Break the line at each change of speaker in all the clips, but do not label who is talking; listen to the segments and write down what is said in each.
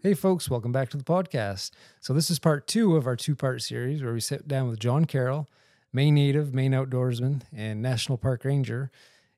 Hey, folks, welcome back to the podcast. So, this is part two of our two part series where we sit down with John Carroll, Maine native, Maine outdoorsman, and National Park Ranger,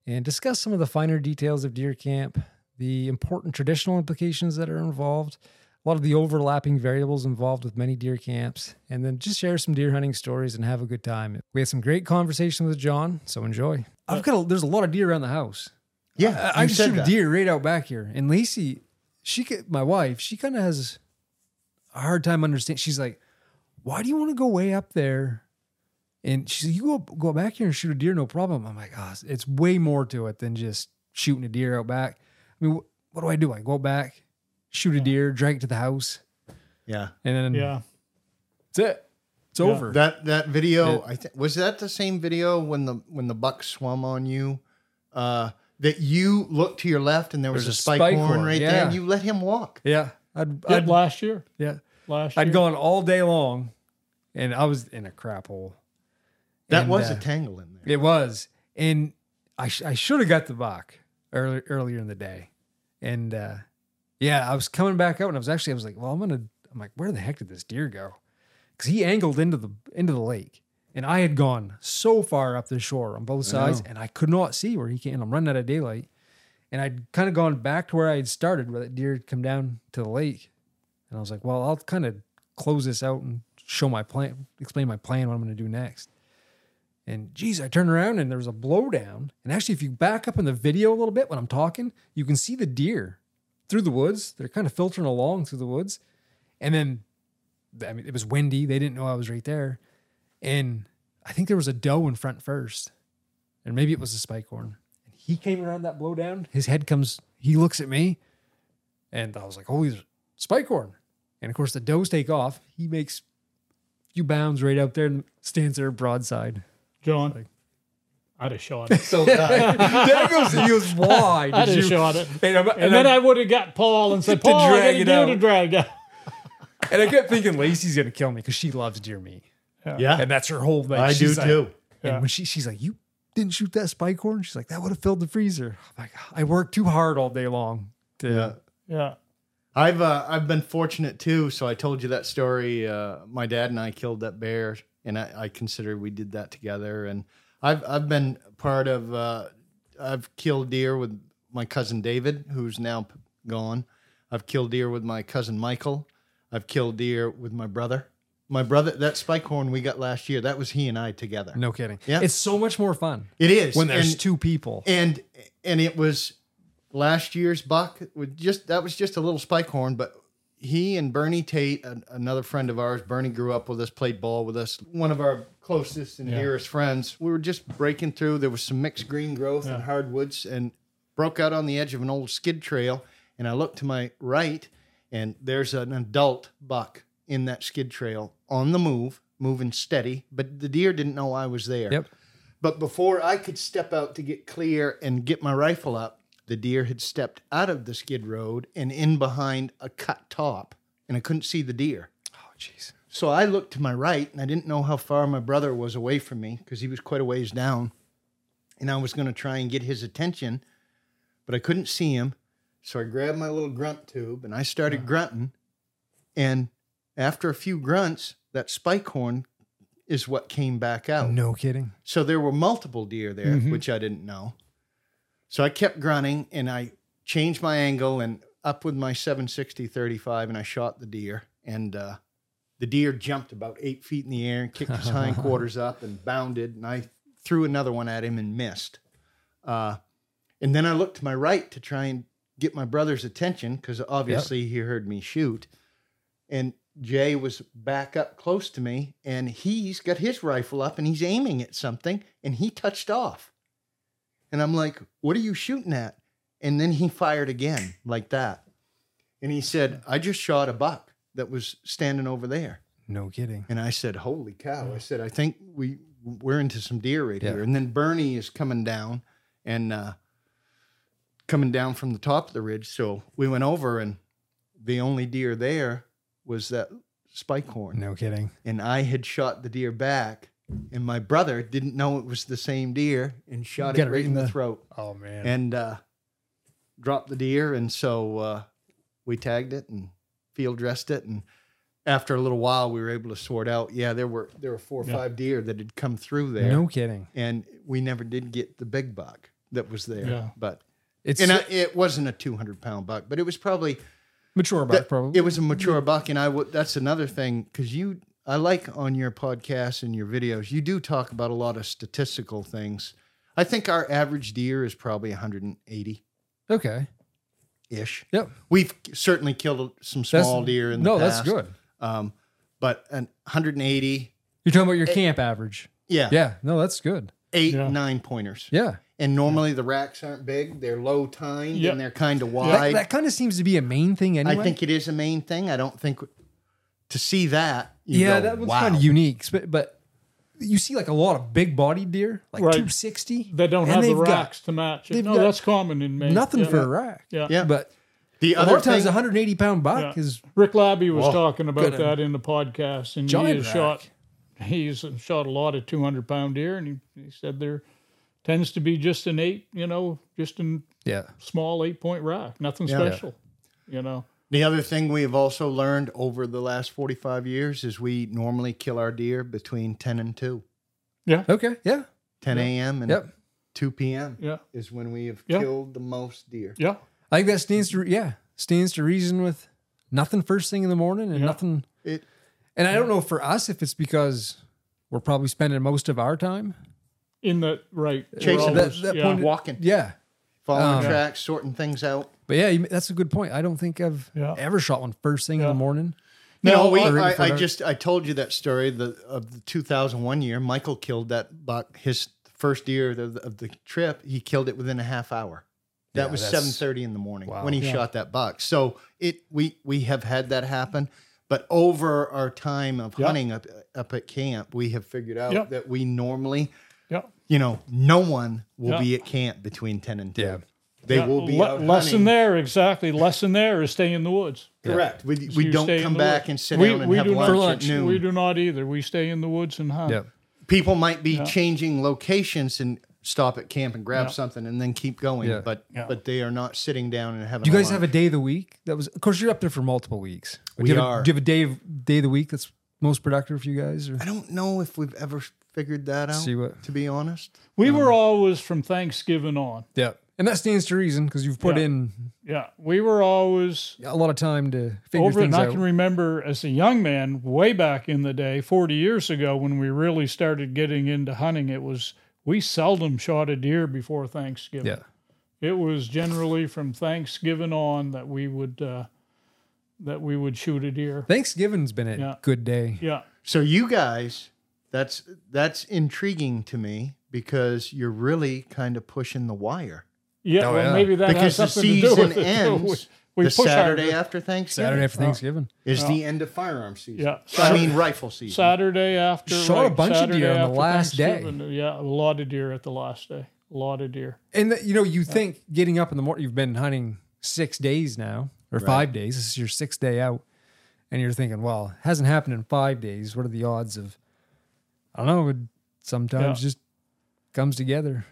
and discuss some of the finer details of deer camp, the important traditional implications that are involved, a lot of the overlapping variables involved with many deer camps, and then just share some deer hunting stories and have a good time. We had some great conversation with John, so enjoy. I've got a, there's a lot of deer around the house.
Yeah,
I, I
you
can
said
shoot a
that.
deer right out back here. And Lacey, she, ca- my wife, she kind of has a hard time understanding. She's like, why do you want to go way up there? And she's like, you go, go back here and shoot a deer, no problem. I'm like, oh, it's way more to it than just shooting a deer out back. I mean, wh- what do I do? I go back, shoot a deer, drag it to the house,
Yeah,
and then
Yeah.
that's it. It's
Yeah.
over.
that that video.
It-
I th- was that the same video when the when the buck swum on you. Uh, that you looked to your left and there was
There's
a spike, horn, right there, and
yeah.
you let him walk.
yeah. I'd,
Did
I'd,
last year.
yeah.
Last year.
I'd gone all day long and I was in a crap hole.
That
And,
was
uh,
a tangle in there.
It was, and I sh- I should have got the buck earlier earlier in the day, and uh, yeah, I was coming back out, and I was actually I was like, well, I'm gonna I'm like, where the heck did this deer go? Because he angled into the into the lake, and I had gone so far up the shore on both
I
sides,
know.
and I could not see where he came. and I'm running out of daylight, and I'd kind of gone back to where I had started, where that deer had come down to the lake, and I was like, well, I'll kind of close this out and show my plan, explain my plan, what I'm going to do next. And geez, I turned around and there was a blowdown. And actually, if you back up in the video a little bit when I'm talking, you can see the deer through the woods. They're kind of filtering along through the woods. And then, I mean, it was windy. They didn't know I was right there. And I think there was a doe in front first. And maybe it was a spike horn. And he came around that blowdown. His head comes, he looks at me. And I was like, holy there's a spike horn. And of course, the does take off. He makes a few bounds right out there and stands there broadside.
John. I'd have shot it.
So uh,
there goes he goes why
I'd
did
have
you
shot it.
and, I'm- and
And then
I'm-
I would have got Paul and said,
To
Paul, I
drag it
got a deer to
out.
drag out.
and I kept thinking Lacey's gonna kill me because she loves deer meat
yeah,
and that's her whole thing
I do
She's like-
too.
and
Yeah.
when she she's like you didn't shoot that spike horn she's like that would have filled the freezer I'm like I worked too hard all day long to
Yeah.
Yeah.
I've uh, I've been fortunate too. So I told you that story. Uh, my dad and I killed that bear, and I, I consider we did that together. And I've I've been part of uh, I've killed deer with my cousin David, who's now p- gone. I've killed deer with my cousin Michael. I've killed deer with my brother. My brother, that spike horn we got last year, that was he and I together.
no kidding
Yeah.
it's so much more fun
it is
when there's
And-
two people
and and it was last year's buck with just that was just a little spike horn but he and bernie tate an, another friend of ours bernie grew up with us played ball with us one of our closest and dearest friends we were just breaking through there was some mixed green growth and hardwoods and broke out on the edge of an old skid trail and i looked to my right and there's an adult buck in that skid trail on the move moving steady but the deer didn't know i was there
Yep.
but before I could step out to get clear and get my rifle up, the deer had stepped out of the skid road and in behind a cut top, and I couldn't see the deer.
oh jeez
So I looked to my right and I didn't know how far my brother was away from me because he was quite a ways down. And I was going to try and get his attention, but I couldn't see him. So I grabbed my little grunt tube and I started grunting. And after a few grunts, that spike horn is what came back out.
no kidding
So there were multiple deer there,
Mhm.
which I didn't know. So I kept grunting and I changed my angle and up with my 760 35 and I shot the deer. And uh, the deer jumped about eight feet in the air and kicked his hindquarters up and bounded. And I threw another one at him and missed. Uh, and then I looked to my right to try and get my brother's attention because obviously he heard me shoot. And Jay was back up close to me and he's got his rifle up and he's aiming at something and he touched off. And I'm like, What are you shooting at? And then he fired again like that. And he said, I just shot a buck that was standing over there.
no kidding
And I said, "Holy cow!" I said, "I think we we're into some deer right
Yeah.
here." And then Bernie is coming down and uh, coming down from the top of the ridge. So we went over, and the only deer there was that spike horn.
no kidding
And I had shot the deer back, and my brother didn't know it was the same deer and shot
Got
it right in the throat
oh man
and uh, dropped the deer. And so uh, we tagged it and field dressed it, and after a little while, we were able to sort out. Yeah, there were there were four or
Yeah.
five deer that had come through there,
No kidding.
and we never did get the big buck that was there.
Yeah.
But
It's
and I, it wasn't a two hundred pound buck, but it was probably
mature buck,
that-
probably.
It was a mature buck, and I would. That's another thing because you, I like on your podcasts and your videos, you do talk about a lot of statistical things. I think our average deer is probably 180
okay.
ish.
Yep.
We've certainly killed some
That's-
small deer in the
no,
past.
that's good.
Um, but an 180,
You're talking about your camp average.
yeah,
Yeah. No, that's good.
eight,
Yeah.
nine pointers.
Yeah.
And normally the racks aren't big; they're low tined
Yep.
and they're kind of
That,
wide.
that kind of seems to be a main thing anyway.
I think it is a main thing. I don't think to see that. You
Yeah,
go,
that one's
wow.
kind of unique. sp- But you see like a lot of big bodied deer, like
Right.
260.
They don't
and
have the
they've got
racks to match
they've
it. No,
got
that's common in Maine.
Nothing
yeah.
for a rack.
Yeah.
Yeah.
But
The
a
other
lot of times,
thing-
180 pound buck
Yeah.
is
Rick Labby was
Whoa.
talking about
Good.
that in the podcast, and he
Giant
has
rack.
shot. He's shot a lot of 200 pound deer, and he, he said there tends to be just an eight, you know, just a
yeah.
small eight point rack, nothing
Yeah.
special, you know.
The other thing we have also learned over the last 45 years is we normally kill our deer between 10 and 2,
Okay. Yeah.
10 a.m. and
Yep.
2 p.m.
Yeah,
is when we have
Yeah.
killed the most deer.
yeah,
I think that stands to yeah stands to reason with nothing first thing in the morning and
Yeah.
nothing.
It-
and I don't know for us if it's because we're probably spending most of our time.
in the right we're
Chasing
that-
always-
that
yeah.
point-
Walking,
Yeah,
following
Um,
tracks, sorting things out.
but yeah, you- that's a good point. I don't think I've
Yeah.
ever shot one first thing in
Yeah.
the morning.
You
Now,
know, we,
or
I,
before
I
dark.
just I told you that story the, of the 2001 year. Michael killed that buck his first deer of the, of the trip. He killed it within a half hour. That
Yeah,
was
that's-
7:30 in the morning
Wow.
when he
Yeah.
shot that buck. So it we we have had that happen, but over our time of
Yeah.
hunting up up at camp, we have figured out
Yeah.
that we normally,
yeah.
you know, no one will
Yeah.
be at camp between 10 and 2.
Yeah.
They
yeah.
will be
Le-
out
lesson
hunting.
there exactly. Lesson there is stay in the woods.
Correct. We,
So
we
you
don't
stay in
come
the
back
woods.
and sit
We-
down and
we
have
do
lunch,
not-
For
at
lunch.
noon.
We do not either. We stay in the woods and hunt.
Yeah,
people might be changing locations and stop at camp and grab something and then keep going
Yeah.
but
Yeah.
but they are not sitting down and having
do you guys
lunch.
have a day of the week that was? Of course, you're up there for multiple weeks. But do
We
you have a-
are.
do you have a day of day of the week that's most productive for you guys? Or
i don't know if we've ever figured that out
See what-
to be honest
We
Um,
were always from Thanksgiving on.
yeah, and that stands to reason because you've put
Yeah.
in
Yeah, we were always
a lot of time to figure
over it.
things
And I
out.
can remember as a young man, way back in the day, 40 years ago, when we really started getting into hunting, it was we seldom shot a deer before Thanksgiving.
yeah,
It was generally from Thanksgiving on that we would uh, that we would shoot a deer.
Thanksgiving's been a
Yeah.
good day.
Yeah,
so you guys that's that's intriguing to me because you're really kind of pushing the wire
yeah.
Oh,
well,
yeah.
maybe that
because the
has something to do
season
with it.
ends
we, we
the
push
saturday
our,
after thanksgiving
Saturday after Thanksgiving.
is the end of firearm season
Yeah.
So, i mean rifle season
Saturday after
Shot a bunch of
Saturday
deer on the
after
last day.
Thanksgiving. Yeah, a lot of deer at the last day. A lot of deer.
And that- you know, you think getting up in the morning, you've been hunting six days now or five days. This is your sixth day out, and you're thinking, well, it hasn't happened in five days. What are the odds of? I don't know. It sometimes
Yeah.
just comes together.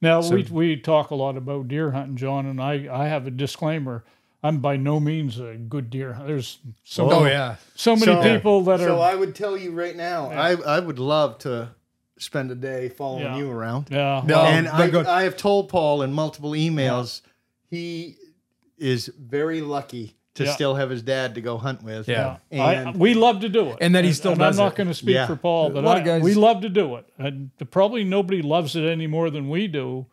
Now
So-
we we talk a lot about deer hunting, John, and I I have a disclaimer. I'm by no means a good deer hunter. There's so many,
Oh, yeah,
so many
So-
people that
so
are
i would tell you right now i i would love to spend a day following
Yeah.
you around
yeah
No.
well,
and
they're
I,
good.
I have told Paul in multiple emails he is very lucky to
Yeah.
still have his dad to go hunt with.
Yeah.
and
I, we love to do it,
And that he still
and
does
I'm not
it.
going to speak
Yeah.
for Paul, but
lot of
I-
guys-
we love to do it, and probably nobody loves it any more than we do.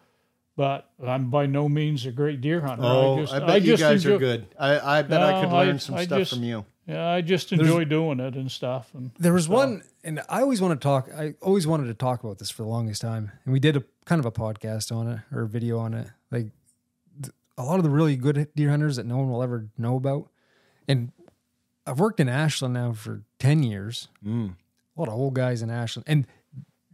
But I'm by no means a great deer hunter.
oh, I, bet you
just
guys
enjoy-
are good. I, I bet I could
No, I-
learn some
I
stuff
just-
from you.
Yeah, I just enjoy doing it and stuff. And
There was one, and I always want to talk. I always wanted to talk about this for the longest time, and we did a kind of a podcast on it or a video on it. Like th- a lot of the really good deer hunters that no one will ever know about, and I've worked in Ashland now for ten years. A lot of old guys in Ashland, and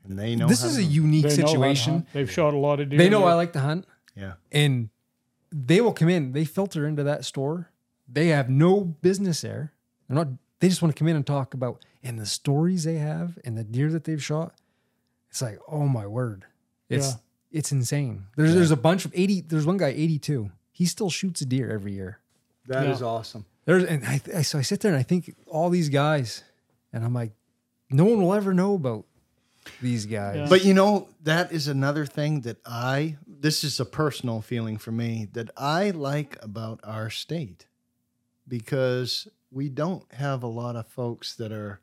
And they know
this
how
is
to-
a unique
they know how to
situation.
hunt. They've shot a lot of deer.
They know I like to hunt,
yeah.
and they will come in. They filter into that store. They have no business there. They're not. They just want to come in and talk about and the stories they have and the deer that they've shot. It's like, oh my word, it's it's insane. There's there's a bunch of eighty. There's one guy eighty two. He still shoots a deer every year.
That is
Yeah.
awesome.
There's and I, I so I sit there and I think all these guys, and I'm like, no one will ever know about these guys.
Yeah.
But you know, that is another thing that I, this is a personal feeling for me, that I like about our state because we don't have a lot of folks that are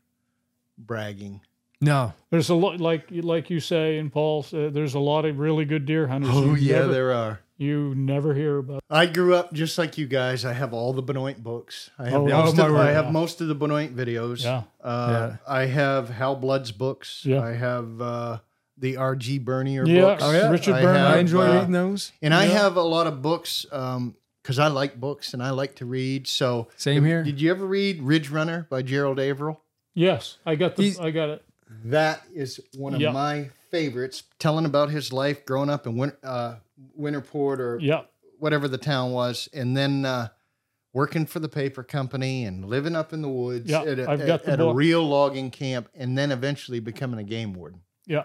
bragging.
No,
There's a lot, like like you say, and Paul, said, there's a lot of really good deer hunters.
Oh,
you
yeah,
never,
there are.
you never hear about.
I grew up just like you guys. I have all the Benoit books. I have,
Oh,
most,
my
of,
word,
I have
yeah.
most of the Benoit videos.
Yeah.
Uh,
Yeah.
I have Hal Blood's books.
Yeah.
I have uh, the R.G. Bernier
Yeah.
books.
Oh, yeah. Richard Bernier.
I
Have,
enjoy
uh,
reading those.
And I
Yeah.
have a lot of books because I like books and I like to read. So
Same here.
Did you ever read Ridge Runner by Gerald Averill?
Yes, I got the,
He's-
I got it.
That is one of
Yeah.
my favorites. Telling about his life growing up in Win- uh, Winterport or
Yeah,
whatever the town was, and then uh, working for the paper company and living up in the woods
Yeah,
at, a,
I've got
at-
the
at a
book.
real logging camp, and then eventually becoming a game warden.
yeah.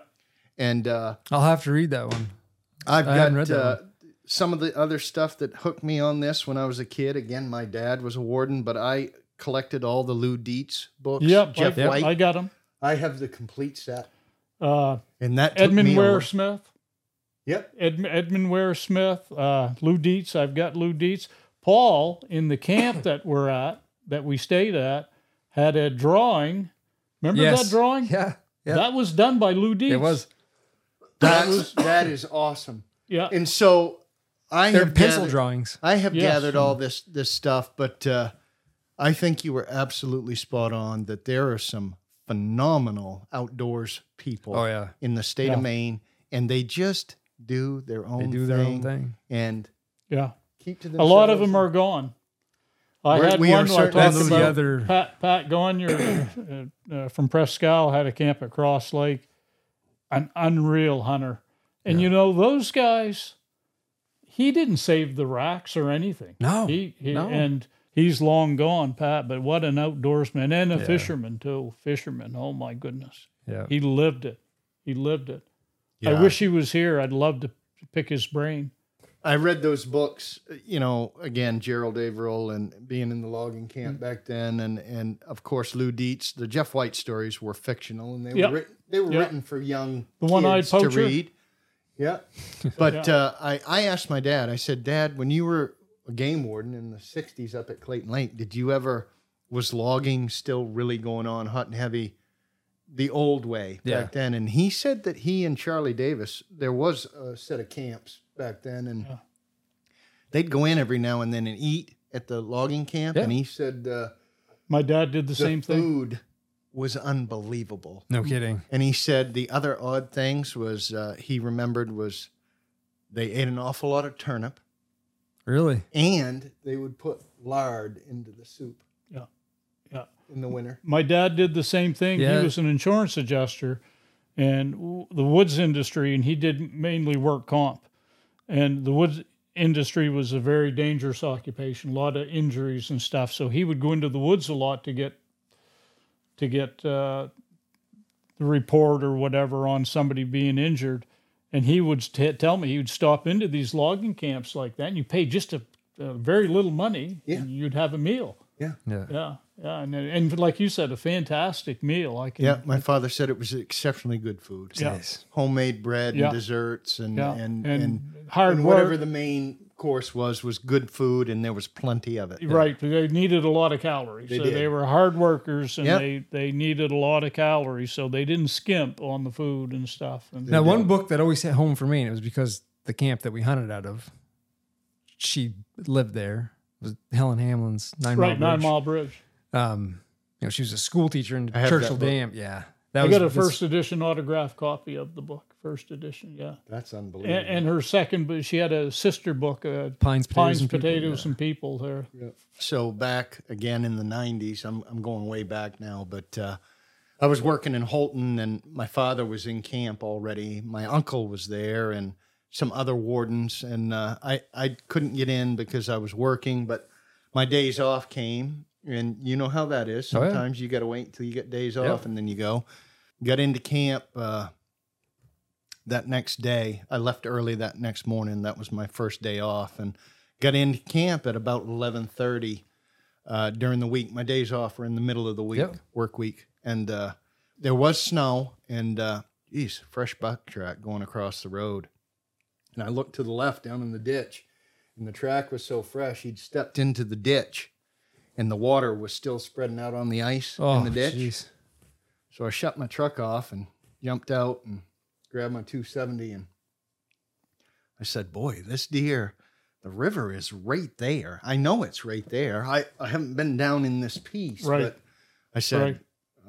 And uh,
I'll have to read that one.
I've
I
got
haven't read that
uh, some of the other stuff that hooked me on this when I was a kid. Again, my dad was a warden, but I collected all the Lou Dietz books.
Yep,
Jeff
I,
White.
I got them.
I have the complete set.
Uh,
And that took
Edmund
me
Ware
over-
Smith.
Yep.
Ed, Edmund Ware Smith, uh, Lou Dietz. I've got Lou Dietz. Paul in the camp that we're at, that we stayed at, had a drawing. Remember
Yes.
that drawing?
Yeah, yeah,
That was done by Lou Dietz.
it was.
That's, that is awesome.
Yeah.
And so I
They're
have
pencil
gathered,
drawings.
I have
Yes.
gathered all this this stuff, but uh, I think you were absolutely spot on that there are some phenomenal outdoors people
Oh yeah,
in the state
Yeah.
of Maine, and they just do their own
they do
thing
their own thing.
and
yeah.
keep to
A
themselves.
lot of them are gone. I
We're-
had
we
one
are
I
certainly
talked
That's
those
about.
the other.
Pat Pat Goinier uh, uh, from Presque Isle had a camp at Cross Lake, an unreal hunter, and you know those guys. He didn't save the racks or anything.
No,
he, he
no.
and he's long gone, Pat. But what an outdoorsman and a
Yeah.
fisherman too. Fisherman, oh my goodness,
Yeah,
he lived it. He lived it.
Yeah.
I wish he was here. I'd love to pick his brain.
I read those books, you know, again, Gerald Averill and being in the logging
Mm.
camp back then. And, and of course, Lou Dietz, the Jeff White stories were fictional and they
Yep.
were written, they were
Yep.
written for young
The one-eyed
kids to
poacher.
read. Yeah. But Uh, I, I asked my dad, I said, Dad, when you were a game warden in the 60s up at Clayton Lake, did you ever, was logging still really going on hot and heavy the old way
Yeah.
back then? And he said that he and Charlie Davis, there was a set of camps back then. And
Yeah.
they'd go in every now and then and eat at the logging camp.
Yeah.
And he said uh,
My dad did the,
the
same thing.
food was unbelievable.
no kidding.
And he said the other odd things was uh, he remembered was they ate an awful lot of turnip
Really?
and they would put lard into the soup.
Yeah. Yeah.
In the winter.
my dad did the same thing.
Yeah.
He was an insurance adjuster and w- the woods industry, and he did mainly work comp. And the woods industry was a very dangerous occupation, a lot of injuries and stuff. So he would go into the woods a lot to get to get uh, the report or whatever on somebody being injured. And he would t- tell me he would stop into these logging camps like that, and you pay just a, a very little money,
Yeah.
and you'd have a meal.
Yeah.
Yeah, yeah, and and like you said, a fantastic meal. I can.
Yeah, my father said it was exceptionally good food.
Yeah.
Nice.
Homemade bread
Yeah.
and desserts and
yeah,
and,
and,
and,
hard
and
work.
whatever the main course was was good food and there was plenty of it.
Right, they needed a lot of calories. so
did.
they were hard workers, and
Yep.
they they needed a lot of calories, so they didn't skimp on the food and stuff. And
Now, one book that always hit home for me, and it was because the camp that we hunted out of, she lived there. Was Helen Hamlin's Nine
right,
Mile
Nine
Bridge.
Mile Bridge.
Um, you know, she was a school teacher in
I have that
Churchill
book.
Dam. Yeah, that
I got a
that's-
first edition autograph copy of the book. First edition, yeah.
That's
And,
unbelievable.
and her second, but she had a sister book, uh,
Pines, potatoes,
Pines,
and People,
Potatoes,
yeah.
and People. There,
so back again in the 90s i'm, I'm going way back now but uh, i was working in holton and my father was in camp already my uncle was there and some other wardens and uh, I, I couldn't get in because i was working but my days off came and you know how that is
Oh, yeah.
sometimes you got to wait until you get days
Yeah.
off and then you go got into camp uh, that next day i left early that next morning that was my first day off and got into camp at about 11.30 uh, during the week. My days off are in the middle of the week,
Yep.
work week, and uh, there was snow and uh, geez, fresh buckshot going across the road. And I looked to the left down in the ditch, and the track was so fresh he'd stepped into the ditch, and the water was still spreading out on the ice
Oh,
in the ditch.
jeez.
So I shut my truck off and jumped out and grabbed my 270 and I said, "Boy, this deer, the river is right there. I know it's right there. I I haven't been down in this piece,
Right.
but I said
Right.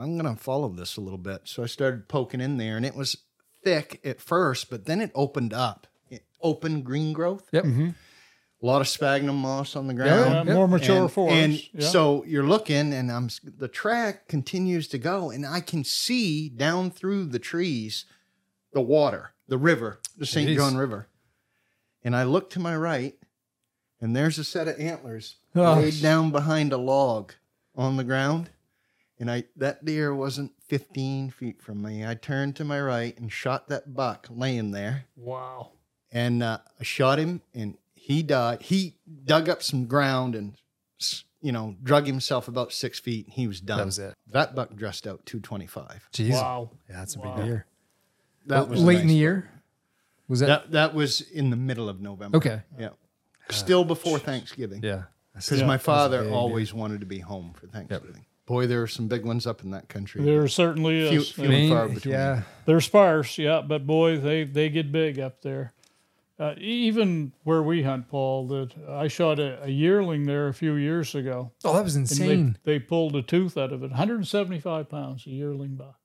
I'm gonna follow this a little bit." So I started poking in there, and it was thick at first, but then it opened up. It, open green growth.
Yep.
A lot of sphagnum moss on the ground.
Yeah,
yeah.
more mature
and,
forest.
and
yeah.
so you're looking, and I'm s- the track continues to go, and I can see down through the trees the water, the river, the St.
Jeez.
John River. And I look to my right, and there's a set of antlers
Oh.
laid down behind a log on the ground. And I that deer wasn't 15 feet from me. I turned to my right and shot that buck laying there
wow.
and uh, I shot him, and he died. He dug up some ground and, s- you know, drug himself about six feet, and he was done.
That was it.
That buck dressed out 225.
Jeez.
Wow.
Yeah, that's a
Wow.
big year.
That was a
late in the
nice-
year. Was that,
That that was in the middle of November.
okay?
Yeah. Still before Thanksgiving.
Yeah.
Because
Yeah.
my
big
father
deal.
always wanted to be home for Thanksgiving. Boy, there are some big ones up in that country.
There certainly
Few-
is. uh,
few- and far between.
Yeah.
They're sparse, yeah, but boy, they, they get big up there. Uh, e- even where we hunt, Paul, that I shot a, a yearling there a few years ago.
Oh, that was
and
insane.
They, they pulled a tooth out of it. 175 pounds, a yearling buck.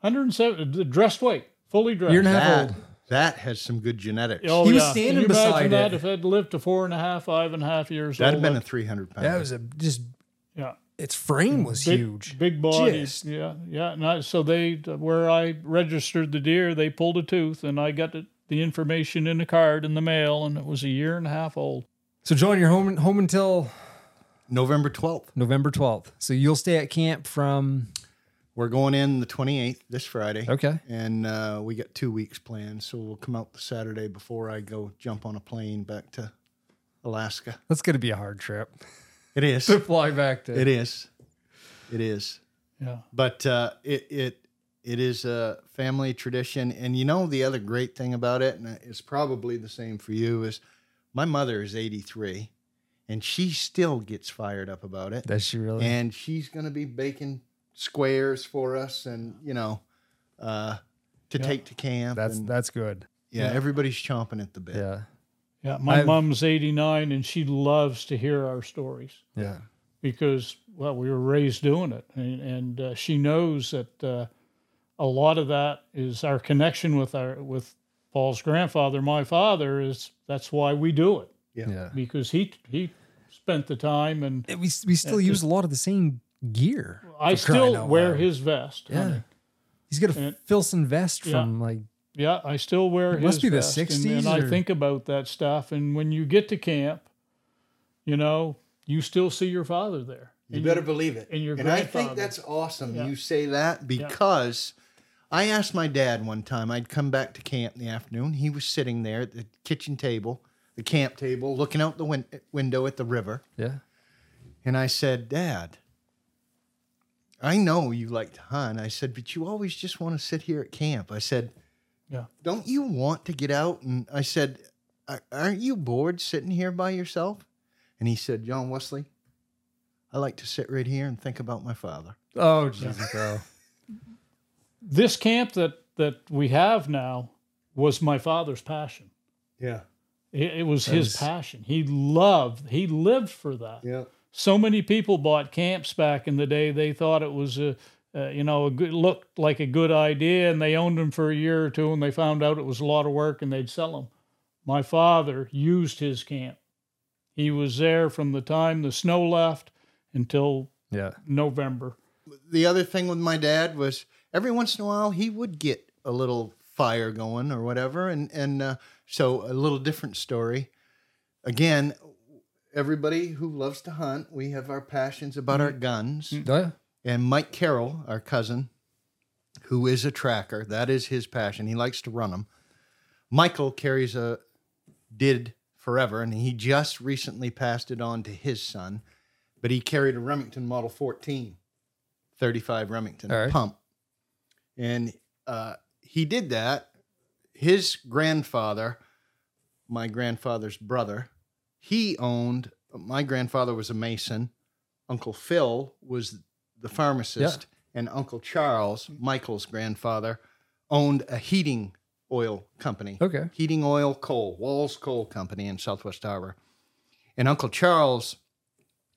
170, the uh, dressed weight, fully dressed.
Year and a half
that,
old.
that has some good genetics.
Oh,
He was
yeah.
standing
Can you
beside
imagine that
it.
if it lived to four and a half, five and a half years
That'd have
old?
been a 300 pound.
That was a just.
yeah. Mm,
Its frame was
Big-
huge.
big body.
Just-
Yeah, yeah. And I, so they, where I registered the deer, they pulled a tooth, and I got the, the information in a card in the mail, and it was a year and a half old.
So, John, you're home home until
November 12th.
November 12th. So you'll stay at camp from.
We're going in the 28th this Friday.
Okay.
and uh, we got two weeks planned. So we'll come out the Saturday before I go jump on a plane back to Alaska.
That's going to be a hard trip
It is.
to fly back to.
it is. It is.
Yeah,
But uh, it it it is a family tradition, and you know the other great thing about it, and it's probably the same for you, is my mother is 83, and she still gets fired up about it.
Does she really?
and she's going to be baking squares for us, and you know, uh, to
Yeah.
take to camp.
that's
and,
that's good.
Yeah,
Yeah.
everybody's chomping at the bit.
Yeah.
yeah. My
I've-
mom's eighty nine, and she loves to hear our stories
Yeah.
because well, we were raised doing it, and, and uh, she knows that uh, a lot of that is our connection with our with Paul's grandfather, my father. Is that's why we do it
Yeah.
Yeah.
because he he spent the time and
And We, we still
Yeah,
use a lot of the same gear.
I
for crying
still
out
wear
loud.
his vest.
Yeah.
honey.
He's got a
and-
Filson vest
Yeah.
from like
Yeah, I still wear
It
his
must be the
vest. and-
60s
And,
or-
I think about that stuff. And when you get to camp, you know, you still see your father there.
You better believe it.
and your
and I
grandfather.
think that's awesome
Yeah.
you say that because I asked my dad one time, I'd come back to camp in the afternoon. He was sitting there at the kitchen table, the camp table, looking out the win- window at the river.
yeah.
And I said, Dad, I know you like to hunt. I said, but you always just want to sit here at camp. I said,
Yeah.
Don't you want to get out? And I said, "Ar- Aren't you bored sitting here by yourself? And he said, John Wesley, I like to sit right here and think about my father.
Oh Jesus, bro.
This camp that, that we have now was my father's passion.
Yeah.
It, it was
That
his
is-
passion. He loved, he lived for that.
Yeah.
So many people bought camps back in the day. They thought it was a, uh, you know, a good, looked like a good idea, and they owned them for a year or two, and they found out it was a lot of work, and they'd sell them. My father used his camp. He was there from the time the snow left until
Yeah.
November.
The other thing with my dad was every once in a while he would get a little fire going or whatever. And, and uh, so a little different story. Again, everybody who loves to hunt, we have our passions about our guns.
Oh, yeah.
and Mike Carroll, our cousin, who is a tracker. That is his passion. He likes to run them. Michael carries a did forever, and he just recently passed it on to his son. but he carried a Remington Model 14, 35 Remington
All right.
pump. And uh, he did that. His grandfather, my grandfather's brother, he owned, my grandfather was a mason. Uncle Phil was the pharmacist, and Uncle Charles, Michael's grandfather, owned a heating oil company.
Okay.
Heating oil coal, Walls Coal Company in Southwest Harbor. And Uncle Charles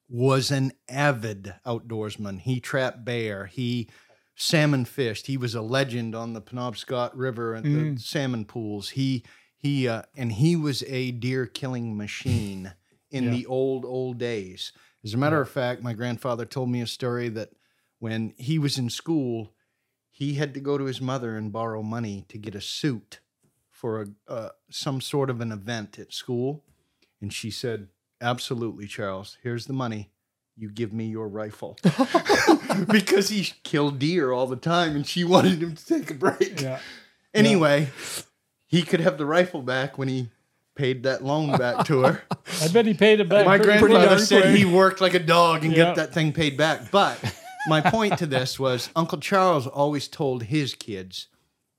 was an avid outdoorsman. He trapped bear, he salmon fished. He was a legend on the Penobscot River and the salmon pools. He he uh, and he was a deer killing machine in
Yeah.
the old old days. As a matter of fact, my grandfather told me a story that when he was in school, he had to go to his mother and borrow money to get a suit for a uh, some sort of an event at school, and she said, "Absolutely, Charles. Here's the money. You give me your rifle." because he killed deer all the time and she wanted him to take a break.
Yeah.
Anyway, he could have the rifle back when he paid that loan back to her.
I bet he paid it back.
My
pretty
grandfather
darn
said
quick.
he worked like a dog and
Yeah.
got that thing paid back. But my point to this was Uncle Charles always told his kids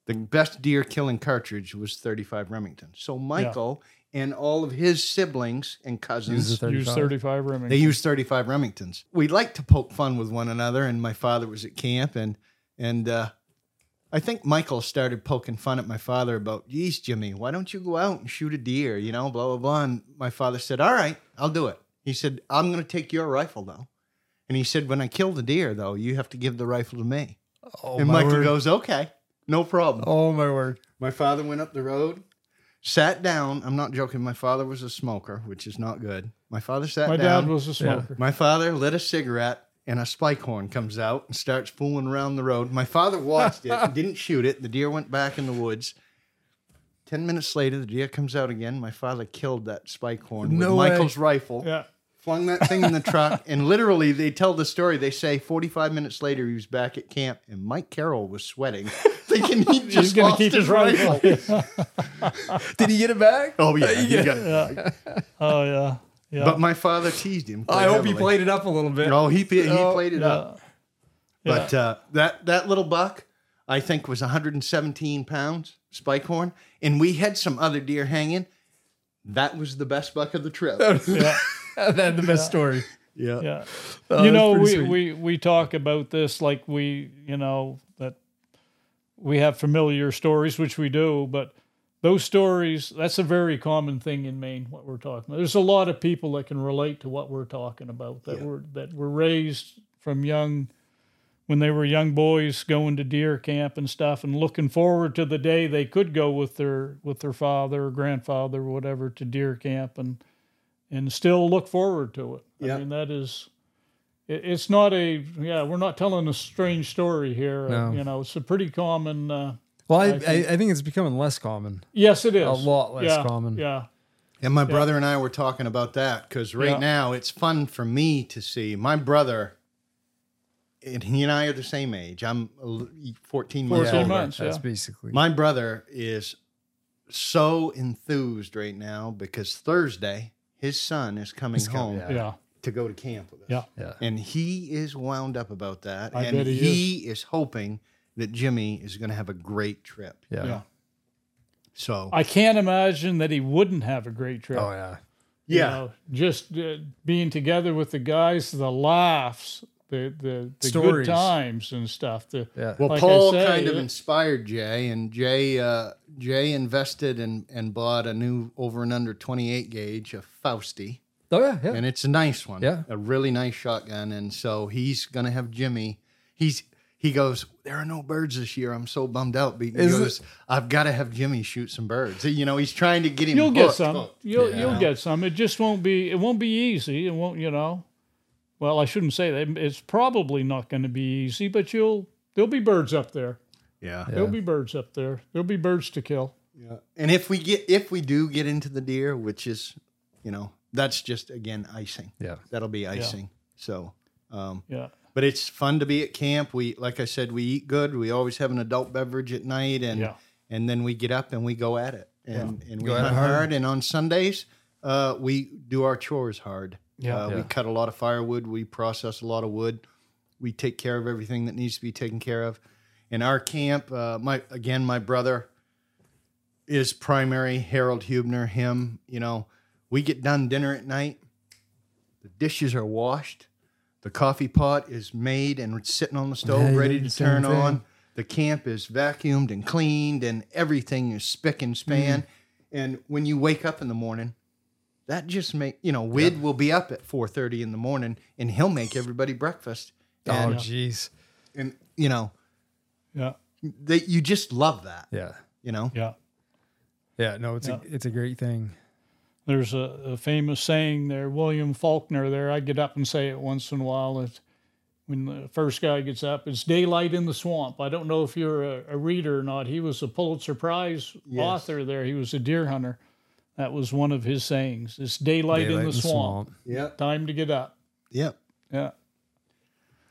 the best deer killing cartridge was 35 Remington. So Michael and all of his siblings and cousins
Use the
used 35 Remington.
they used 35 Remingtons. We like to poke fun with one another, and my father was at camp, and and uh, I think Michael started poking fun at my father about, "Geez, Jimmy, why don't you go out and shoot a deer?" You know, blah blah blah. And my father said, "All right, I'll do it." He said, "I'm going to take your rifle though," and he said, "When I kill the deer though, you have to give the rifle to me."
Oh,
and
my
Michael
word.
goes, "Okay, no problem."
Oh, my word.
My father went up the road, sat down. I'm not joking. My father was a smoker, which is not good. My father sat
My
down.
dad was a smoker.
My father lit a cigarette and a spike horn comes out and starts fooling around the road. My father watched it, and didn't shoot it. The deer went back in the woods. Ten minutes later, the deer comes out again. My father killed that spike horn
No way.
with Michael's rifle,
Yeah.
flung that thing in the truck, and literally they tell the story. They say 45 minutes later he was back at camp and Mike Carroll was sweating, thinking he just
He's going to
lost
keep
his,
his
rifle.
rifle.
Did he get it back?
Oh yeah, he got it.
oh, yeah. Yeah.
But my father teased him.
I
quite
hope he
heavily.
played it up a little bit.
No, he he
Oh,
played it
yeah.
up. But uh, that that little buck, I think, was 117 pounds spike horn, and we had some other deer hanging. That was the best buck of the trip.
yeah.
That's the best story.
yeah.
yeah.
Oh,
you
that's
know,
pretty
we,
sweet.
we we talk about this like we you know that we have familiar stories, which we do, but those stories that's a very common thing in Maine. What we're talking about, there's a lot of people that can relate to what we're talking about that were that were raised from young when they were young boys going to deer camp and stuff and looking forward to the day they could go with their with their father or grandfather or whatever to deer camp and and still look forward to it.
Yeah.
I mean that is it, it's not a yeah, we're not telling a strange story here.
No.
You know, it's a pretty common uh,
Well, I, I,
think-
I think it's becoming less common.
yes it is.
A lot less
yeah,
common.
Yeah.
And my brother and I were talking about that because right
Yeah.
now it's fun for me to see my brother. And he and I are the same age. I'm a l- 14 months
14
older.
months.
That's
yeah.
basically.
My brother is so enthused right now because Thursday his son is coming
He's coming,
home
yeah.
Yeah.
to go to camp with us.
Yeah.
yeah.
And he is wound up about that.
I
and
bet he
is. hoping that Jimmy is going to have a great trip.
Yeah.
Yeah.
So,
I can't imagine that he wouldn't have a great trip.
Oh, yeah.
you know, just uh, being together with the guys, the laughs, the the, the good
Stories.
times and stuff. The,
Yeah.
well,
like I
Paul
say, uh,
kind of
it-
inspired Jay, and Jay uh, Jay invested and, and bought a new over and under 28 gauge, a Fausty,
Oh, yeah. Yeah.
and it's a nice one.
Yeah.
A really nice shotgun. And so he's going to have Jimmy. He's. He goes, There are no birds this year. I'm so bummed out. But he
Is it-
goes, I've got to have Jimmy shoot some birds. You know, he's trying to get him.
You'll get
hooked.
some. You'll
Yeah.
you'll get some. It just won't be. It won't be easy. It won't. You know. Well, I shouldn't say that. It's probably not going to be easy, but you'll there'll be birds up there.
Yeah.
There'll be birds up there. There'll be birds to kill.
And if we get if we do get into the deer, which is, you know, that's just again icing.
Yeah.
That'll be icing. So, um,
Yeah.
but it's fun to be at camp. We like I said, we eat good. We always have an adult beverage at night, and
Yeah.
and then we get up and we go at it, and and we
Go at
hunt
it hard.
hard. And on Sundays, uh, we do our chores hard.
Yeah.
Uh, We
Yeah.
cut a lot of firewood. We process a lot of wood. We take care of everything that needs to be taken care of. In our camp, uh, my again, my brother is primary. Harold Hubner, him. You know, we get done dinner at night. The dishes are washed. The coffee pot is made and it's sitting on the
Yeah,
stove,
you
ready
did
to
the same
turn
thing.
on. The camp is vacuumed and cleaned, and everything is spick and span.
Mm.
And when you wake up in the morning, that just make you know Wid will be up at four thirty in the morning and he'll make everybody breakfast.
Oh,
And,
jeez.
and you know
Yeah.
they you just love that.
Yeah.
You know
Yeah.
Yeah. No, it's a it's a great thing.
There's a, a famous saying there, William Faulkner. There, I get up and say it once in a while. It's when the first guy gets up, it's daylight in the swamp. I don't know if you're a, a reader or not. He was a Pulitzer Prize author. There, he was a deer hunter. That was one of his sayings. It's daylight, in the swamp.
yeah
Time to get up.
yeah
Yeah.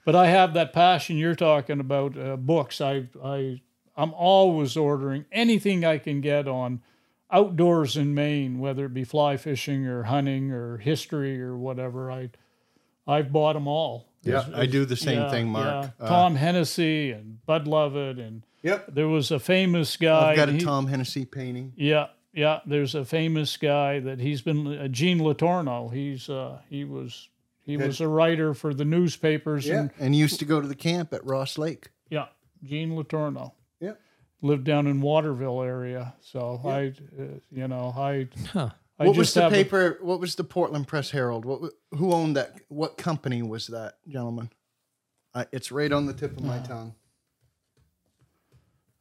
But I have that passion you're talking about uh, books. I I I'm always ordering anything I can get on outdoors in Maine, whether it be fly fishing or hunting or history or whatever. I I've bought them all.
yeah.
It's-
I do the same
yeah,
thing, Mark.
yeah.
Uh,
Tom Hennessy and Bud Lovett and
Yep,
there was a famous guy.
I've got a
he-
Tom Hennessy painting.
yeah, yeah. There's a famous guy that he's been uh, Gene Latorno. He's uh, he was he was a writer for the newspapers
Yeah,
and
and used to go to the camp at Ross Lake.
yeah, Gene Latorno
Yeah,
lived down in Waterville area. So I, uh, you know, I.
Huh.
I
what was
just
the
have a-
paper? what was the Portland Press Herald? What wa- who owned that? What company was that, gentlemen? I, it's right on the tip of
Uh,
my tongue.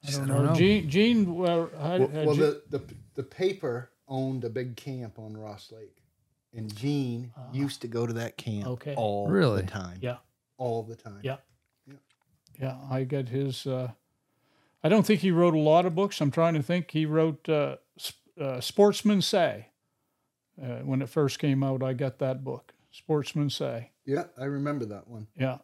I don't
I
know.
don't know.
Gene, Gene, well, I-
Well,
uh,
well
Gene-
the, the the paper owned a big camp on Ross Lake, and Gene used to go to that camp
Ah. Okay.
all
Really?
the time.
yeah,
all the time.
Yeah. yeah. I got his. Uh, I don't think he wrote a lot of books. I'm trying to think. He wrote uh, Sp- uh, Sportsman Say. Uh, when it first came out, I got that book, Sportsman Say.
yeah, I remember that one.
Yeah,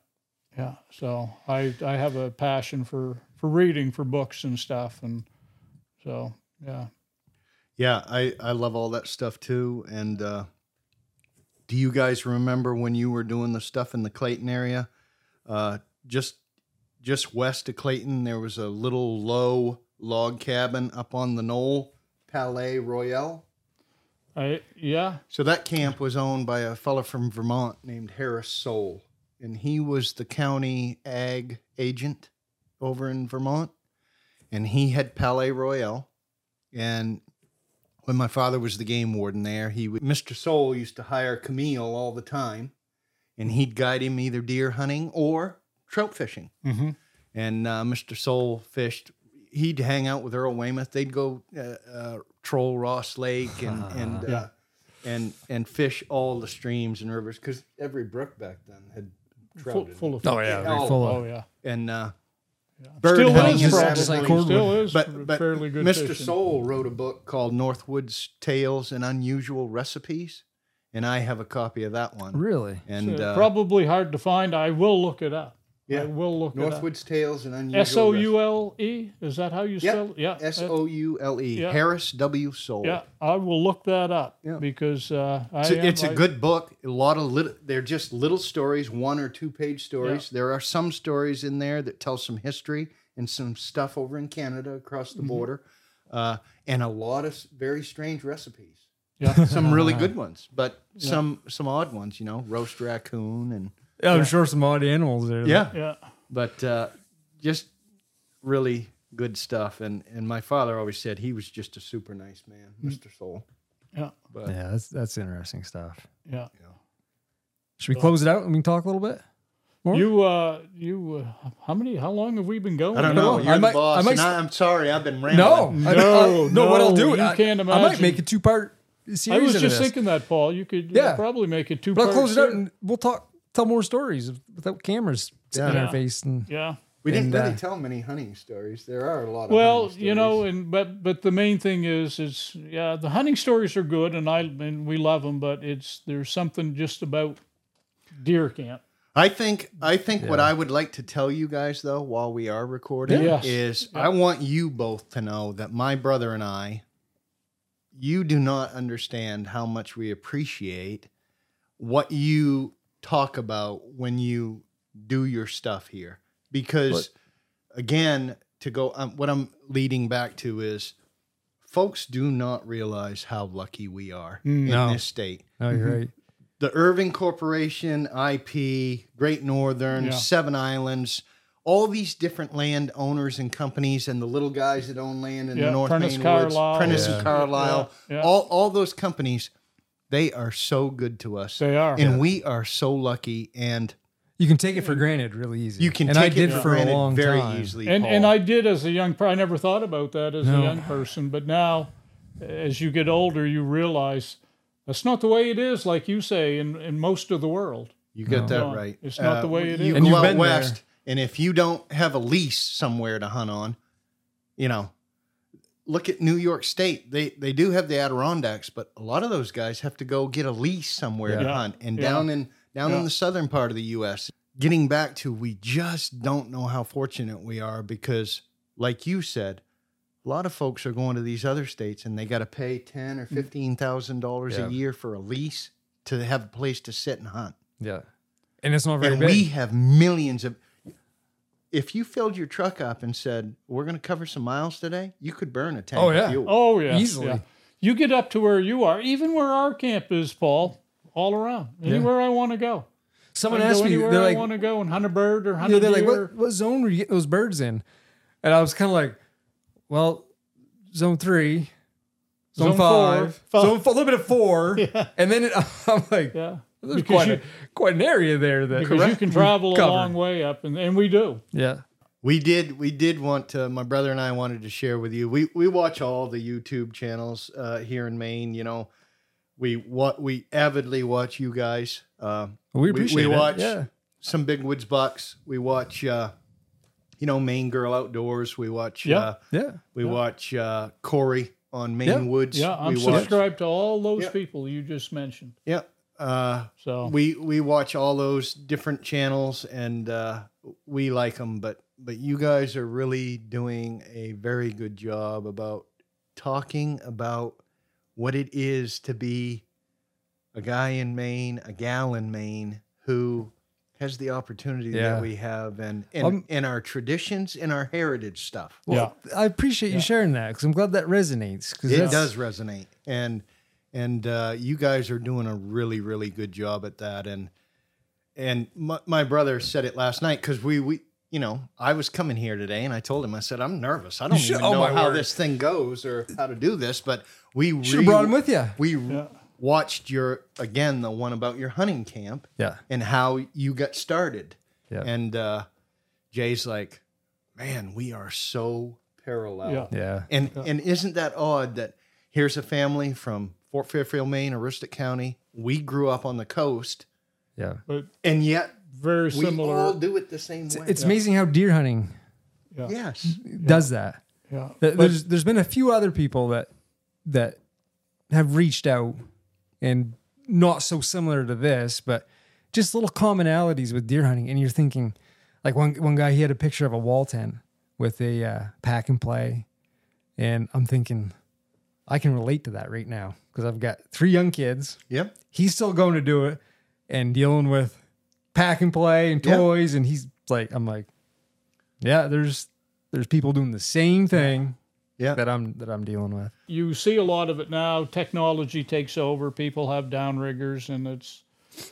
yeah. So I I have a passion for for reading for books and stuff, and so yeah.
Yeah, I I love all that stuff too. And uh, do you guys remember when you were doing the stuff in the Clayton area? Uh, just just west of Clayton, there was a little low log cabin up on the knoll, Palais Royal.
I yeah
So that camp was owned by a fella from Vermont named Harris Soul, and he was the county ag agent over in Vermont, and he had Palais Royal, and when my father was the game warden there, he would, Mr. Soul used to hire Camille all the time, and he'd guide him either deer hunting or trout fishing
mm-hmm.
and uh, Mr. Soul fished. He'd hang out with Earl Weymouth. They'd go uh, uh, troll Ross Lake and and
Yeah.
uh, and and fish all the streams and rivers because every brook back then had
full,
trouted.
full of
Oh yeah.
Oh,
Very full of
oh yeah
And uh, bird
still
hunting
is
and
probably.
rabbit
Just like
hunting.
corn-
still is
But, but
fairly good
Mr.
fishing.
Soul wrote a book called Northwood's Tales and Unusual Recipes, and I have a copy of that one.
Really?
And
Uh,
uh,
probably hard to find. I will look it up.
Yeah.
I will look it
Northwood's Tales and
up.
Unusual
uh, S O U L E is that how you
Yep.
spell? it? Yeah,
S O U L E
Yeah.
Harris W Soul.
yeah. I will look that up
Yeah.
because uh, I
It's,
am,
a, it's a
I-
good book. A lot of little, they're just little stories, one or two page stories. There are some stories in there that tell some history and some stuff over in Canada across the
Mm-hmm.
border, uh, and a lot of s- very strange recipes.
Yeah.
Some really good ones, but some some odd ones. You know, roast raccoon and
Yeah, I'm sure some odd animals there.
yeah.
but uh, just really good stuff. And and my father always said he was just a super nice man, Mister Soul.
Yeah.
Mm. Yeah, that's that's interesting stuff.
Yeah.
Should we close it out and we can talk a little bit? Or-
You uh you uh, how many how long have we been going?
I don't
No,
know.
I
You're the
might- I
boss,
might
and
s-
I, I'm sorry. I've been rambling.
No, I-
No,
I- no, What I'll do,
no, you
I,
can't
I might
imagine.
make a two part series.
I was
of
just
this.
thinking that, Paul. You could
Yeah.
yeah. probably make it two
but I'll
parts.
close it out
here.
and we'll talk, tell more stories of- without cameras in
Yeah.
our face. And
Yeah.
We
And,
didn't
uh,
really tell many hunting stories. There are a lot. Of
Well,
hunting
you know,
stories.
and but but the main thing is it's yeah, the hunting stories are good and I and we love them, but it's there's something just about deer camp.
I think I think what I would like to tell you guys though, while we are recording,
Yes.
is I want you both to know that my brother and I, you do not understand how much we appreciate what you talk about when you do your stuff here because again to go um, what i'm leading back to is folks do not realize how lucky we are
Mm.
in
No.
this state
No, Oh, you're right.
the Irving Corporation, IP, Great Northern,
Yeah.
Seven Islands, all these different land owners and companies, and the little guys that own land in
Yeah,
the North
Prentice
Maine woods,
Carlisle.
Prentice
Yeah.
and Carlisle,
Yeah, yeah.
all all those companies, they are so good to us,
They are.
and we are so lucky. And
You can take it for granted really easy.
you can
and
take
I did
it
for
for granted
a long
very
time.
easily.
and and
Paul.
I did as a young. per- I never thought about that as
No.
a young person, but now, as you get older, you realize that's not the way it is. Like you say, in in most of the world,
You got
No.
that right. Uh,
It's not the way it
you
is.
And
go
you've
out
been
west, and if you don't have a lease somewhere to hunt on, you know, look at New York State. They they do have the Adirondacks, but a lot of those guys have to go get a lease somewhere to
Yeah.
hunt. And
Yeah.
down in down
Yeah.
in the southern part of the U.S., getting back to, we just don't know how fortunate we are because, like you said. A lot of folks are going to these other states and they got to pay ten
Mm.
or fifteen thousand dollars
Yeah.
a year for a lease to have a place to sit and hunt
Yeah. And it's not very
and
big.
we have millions of. If you filled your truck up and said, "We're going to cover some miles today," you could burn a tank.
Oh,
of
yeah.
fuel.
Oh yeah,
Easily.
yeah. You get up to where you are, even where our camp is, Paul. All around, anywhere I want to go. I
Someone
can
asked
go
me,
anywhere
they're
I
like,
want to go and hunt a bird or hunt
you know,
a
they're
deer.
like, what, what zone were you getting those birds in? And I was kind of like, well, zone three, zone,
Zone four,
five,
five."
zone four, a little bit of four. And then it, I'm like,
Yeah,
there's
Because
quite,
you-
a, quite an area there that,
because you can travel a
Covered.
long way up, and, and we do.
yeah.
We did. We did want to. My brother and I wanted to share with you. We we watch all the YouTube channels uh, here in Maine. You know, we what we avidly watch you guys. Uh,
We
we
appreciate it.
watch-
Yeah.
some Big Woods Bucks. We watch. Uh, you know, Maine Girl Outdoors. We watch.
Yeah.
Uh,
Yeah.
we watch uh, Corey on Maine
Yeah.
Woods.
Yeah, I'm
we
subscribed to all those
Yeah.
people you just mentioned.
Yeah. Uh,
So
we we watch all those different channels and uh, we like them but but you guys are really doing a very good job about talking about what it is to be a guy in Maine, a gal in Maine who has the opportunity
Yeah.
that we have and and,
Um,
and our traditions and our heritage stuff.
Well, I appreciate you sharing that because I'm glad that resonates. Cause
It
that's-
does resonate, and and uh, you guys are doing a really really good job at that. And and my, my brother said it last night because we we you know I was coming here today, and I told him I said I'm nervous. I don't
should-
even
oh,
know
my
how
word.
this thing goes or how to do this, but we
Should have brought him with you.
We
Yeah.
watched your again the one about your hunting camp
Yeah.
and how you got started.
Yeah.
And uh, Jay's like, man, we are so parallel.
Yeah.
Yeah.
And and isn't that odd that here's a family from Fort Fairfield, Maine, Aroostook County. We grew up on the coast,
Yeah.
but
and yet
very
we
similar.
all do it the same way.
It's amazing how deer hunting
yes,
does that.
yeah.
Th- there's there's been a few other people that that have reached out and not so similar to this, but just little commonalities with deer hunting. And you're thinking, like one one guy, he had a picture of a wall tent with a uh, pack and play, and I'm thinking, I can relate to that right now because I've got three young kids.
yep,
He's still going to do it and dealing with pack and play and
Yeah.
toys, and he's like, I'm like, yeah, there's there's people doing the same thing
yeah.
that I'm that I'm dealing with.
you see a lot of it now. Technology takes over. People have downriggers, and it's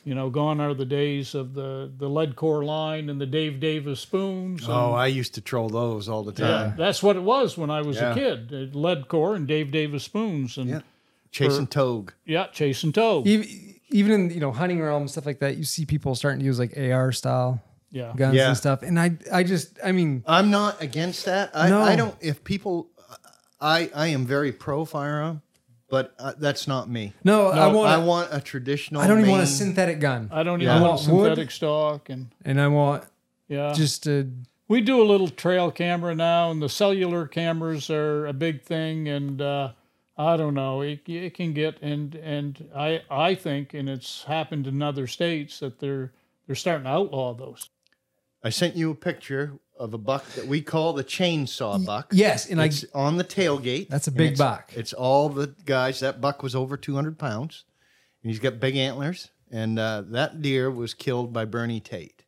you know gone are the days of the the lead core line and the Dave Davis spoons. and-
Oh, I used to troll those all the time,
yeah, that's what it was when I was
Yeah.
a kid. uh, Lead core and Dave Davis spoons, and
Yeah.
yeah,
chasing togue.
chase and tow.
Even, even in you know hunting realm stuff like that, you see people starting to use like AR style
Yeah,
guns
Yeah.
and stuff. And I I just I mean
I'm not against that. I,
No.
I don't. If people, I I am very pro firearm, but uh, that's not me.
no, I
I
want
want a traditional.
I, don't even want a
Maine-
synthetic gun,
I don't
Yeah.
even
I
want
want wood.
synthetic stock, and
and I want
yeah,
just a
we do a little trail camera now, and the cellular cameras are a big thing. And uh, I don't know, it, it can get and and I I think, and it's happened in other states that they're they're starting to outlaw those.
I sent you a picture of a buck that we call the chainsaw buck.
yes, and I
it's on the tailgate.
That's a
and
big
it's-
buck.
It's all the guys. That buck was over 200 pounds, and he's got big antlers, And uh, that deer was killed by Bernie Tate,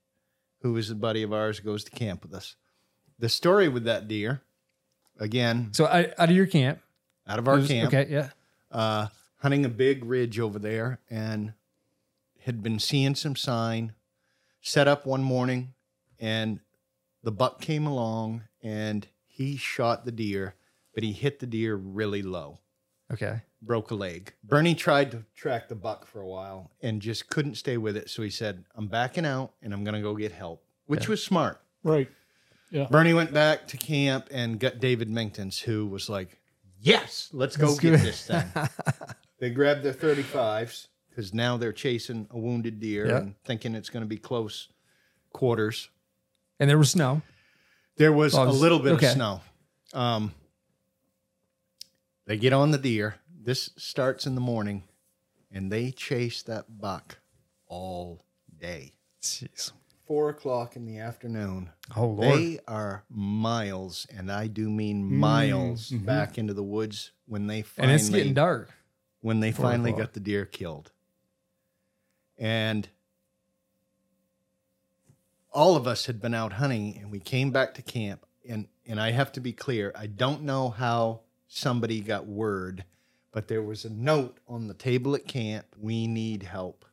who is a buddy of ours, goes to camp with us. The story with that deer, again,
So out, out of your camp.
out of our
Who's-
camp,
Okay, yeah.
uh, hunting a big ridge over there and had been seeing some sign. Set up one morning, and the buck came along and he shot the deer, but he hit the deer really low,
Okay.
broke a leg. Bernie tried to track the buck for a while and just couldn't stay with it. So he said, I'm backing out and I'm going to go get help, which was smart.
Right.
Bernie went back to camp and got David Minkins, who was like, "Yes, let's go
Let's
get
go."
this thing." they grabbed their 35s because now they're chasing a wounded deer
Yeah.
and thinking it's going to be close quarters.
And there was snow.
There was
Oh,
a
it's-
little bit
okay.
of snow. Um, they get on the deer. This starts in the morning, and they chase that buck all day.
Jeez.
Four o'clock in the afternoon,
Oh lord. Mm,
they are miles, and I do mean miles, back into the woods when they
mm-hmm. and
finally
it's getting dark.
when they
Four
finally
o'clock.
got the deer killed. And all of us had been out hunting, and we came back to camp. and And I have to be clear, I don't know how somebody got word, but there was a note on the table at camp: "We need help."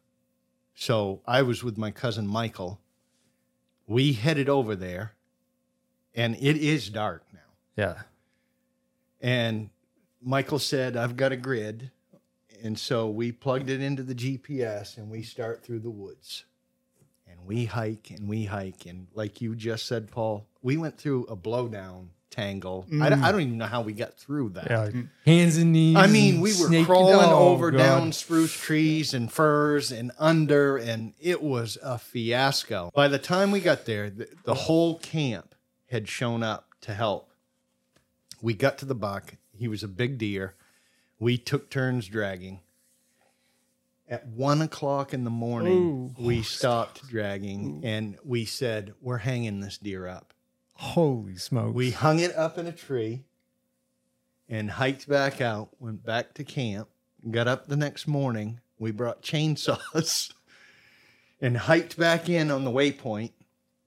So I was with my cousin Michael. We headed over there, and it is dark now.
Yeah.
And Michael said, I've got a grid. And so we plugged it into the GPS and we start through the woods. And we hike and we hike. And like you just said, Paul, we went through a blowdown tangle. I, don't, I don't even know how we got through that.
Yeah. Hands and knees.
I mean,
and
we were
snake-
crawling
Oh,
over
God.
down spruce trees and firs and under, and it was a fiasco. By the time we got there, the, the whole camp had shown up to help. We got to the buck. He was a big deer. We took turns dragging. At one o'clock in the morning, we stopped dragging and we said, We're hanging this deer up.
Holy smokes.
We hung it up in a tree and hiked back out, went back to camp, got up the next morning. We brought chainsaws and hiked back in on the waypoint,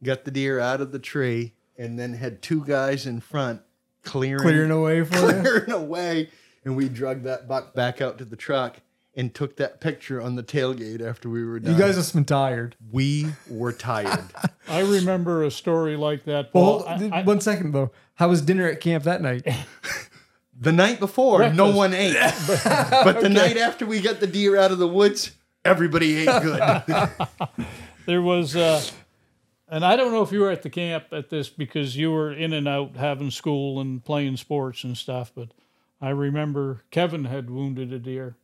got the deer out of the tree, and then had two guys in front clearing,
clearing away for you.
clearing away. And we drug that buck back out to the truck and took that picture on the tailgate after we were done.
You guys must have been tired.
we were tired.
I remember a story like that.
Well,
Paul. I-
th-
I-
one second though. How was dinner at camp that night?
The night before, no
Breakfast.
one ate. but the night after we got the deer out of the woods, everybody ate good.
there was uh and I don't know if you were at the camp at this because you were in and out having school and playing sports and stuff, but I remember Kevin had wounded a deer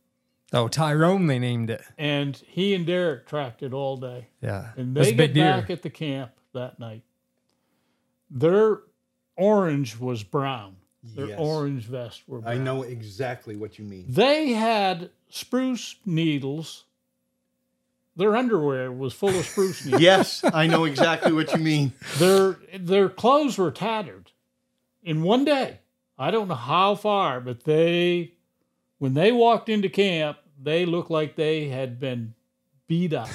Oh, Tyrone, they named it.
and he and Derek tracked it all day.
Yeah.
And
That's
they
a
get
big deer.
back at the camp that night. Their orange was brown. Their
Yes.
orange vests were brown.
know exactly what you mean.
They had spruce needles. Their underwear was full of spruce needles.
Yes, I know exactly what you mean.
their their clothes were tattered in one day. I don't know how far, but they when they walked into camp, they looked like they had been beat up.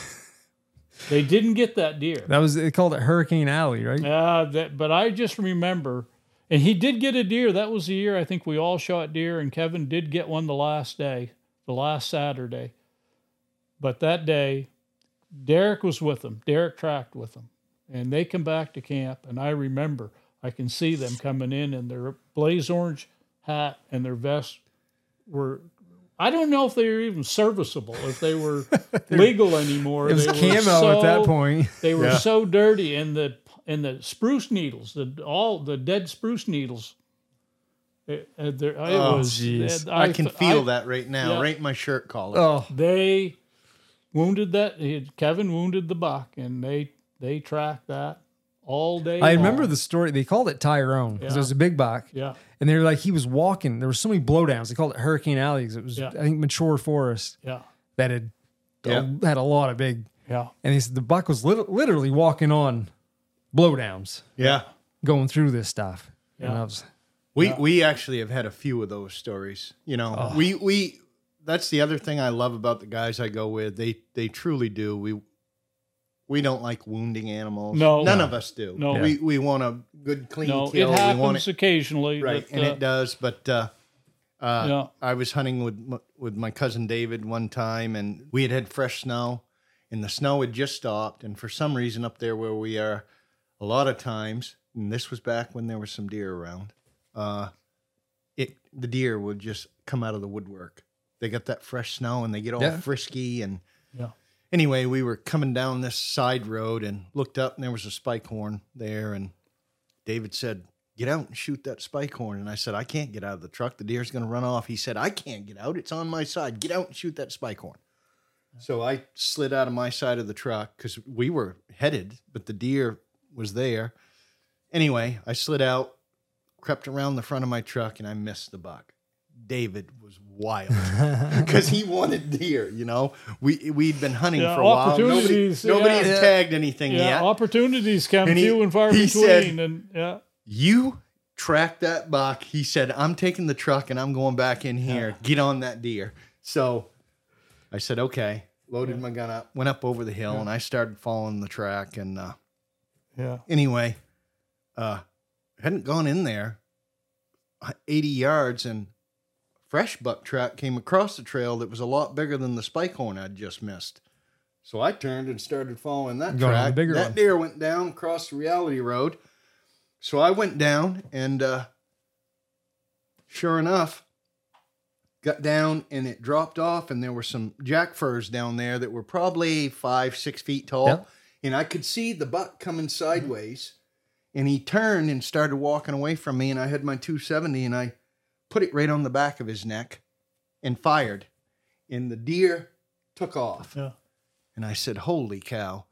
they didn't get that deer.
That was they called it Hurricane Alley, right?
Uh, that, but I just remember, and he did get a deer. That was the year I think we all shot deer, and Kevin did get one the last day, the last Saturday. But that day, Derek was with them. Derek tracked with them, and they come back to camp. And I remember, I can see them coming in in their blaze orange hat and their vest were. I don't know if they were even serviceable, if they were legal anymore.
It was
They were
camo at that
so-
point.
they were
Yeah.
so dirty, and the and the spruce needles, the all the dead spruce needles. It, uh, there, it
Oh,
was.
jeez.
I, can feel
I-
that right now,
yeah.
right in my shirt collar.
Oh,
They wounded that. he- Kevin wounded the buck, and they they tracked that all day.
I remember
long.
the story. They called it Tyrone because
Yeah.
it was a big buck,
Yeah,
and they were like he was walking. There were so many blowdowns. They called it Hurricane Alley because it was,
Yeah.
I think, mature forest
yeah,
that had
Yeah.
had a lot of big.
yeah.
And they said the buck was lit- literally walking on blowdowns,
yeah.
going through this stuff. And
Yeah. Oh.
I was,
We we actually have had a few of those stories. You know, we we that's the other thing I love about the guys I go with. They they truly do. We we don't like wounding animals.
No.
none of us do.
No.
we we want a good clean
No,
kill. we
it
want
happens
it
occasionally.
right,
that,
and
uh,
it does. But uh, uh,
Yeah.
I was hunting with m- with my cousin David one time, and we had had fresh snow, and the snow had just stopped. And for some reason, up there where we are, a lot of times, and this was back when there was some deer around, uh, it the deer would just come out of the woodwork. They got that fresh snow, and they get all
Yeah.
frisky. And
Yeah.
anyway, we were coming down this side road and looked up, and there was a spike horn there, and David said, Get out and shoot that spike horn. And I said, I can't get out of the truck. The deer's going to run off. He said, I can't get out. It's on my side. Get out and shoot that spike horn. So I slid out of my side of the truck because we were headed, but the deer was there. Anyway, I slid out, crept around the front of my truck, and I missed the buck. David was wild because he wanted deer. You know, we we'd been hunting
Yeah,
for a while. Nobody,
opportunities,
nobody
yeah.
had tagged anything
yeah,
yet.
opportunities come
And he-
few and far
he
between,
said-
and yeah,
you track that buck. He said, I'm taking the truck and I'm going back in here. Get on that deer. So I said, okay. Loaded my gun up, went up over the hill, and I started following the track. And uh,
yeah,
anyway, uh, hadn't gone in there uh, 80 yards, and fresh buck track came across the trail that was a lot bigger than the spike horn I'd just missed. So I turned and started following that
Going on the
track.
bigger
that
one.
deer went down, crossed the reality road. So I went down, and uh, sure enough, got down and it dropped off, and there were some jack furs down there that were probably five, six feet tall.
Yeah.
And I could see the buck coming sideways, and he turned and started walking away from me. And I had my 270 and I put it right on the back of his neck and fired. And the deer took off.
yeah.
And I said, Holy cow.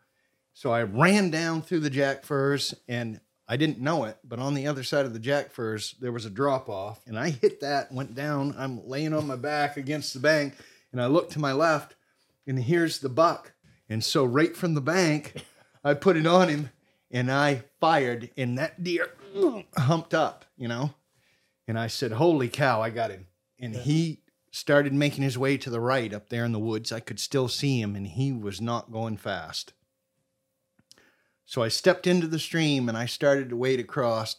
So I ran down through the jack firs and I didn't know it, but on the other side of the jack firs, there was a drop off. And I hit that, went down. I'm laying on my back against the bank. And I look to my left and here's the buck. And so, right from the bank, I put it on him and I fired. And that deer humped up, you know? And I said, Holy cow, I got him. And he started making his way to the right up there in the woods. I could still see him, and he was not going fast. So I stepped into the stream and I started to wade across,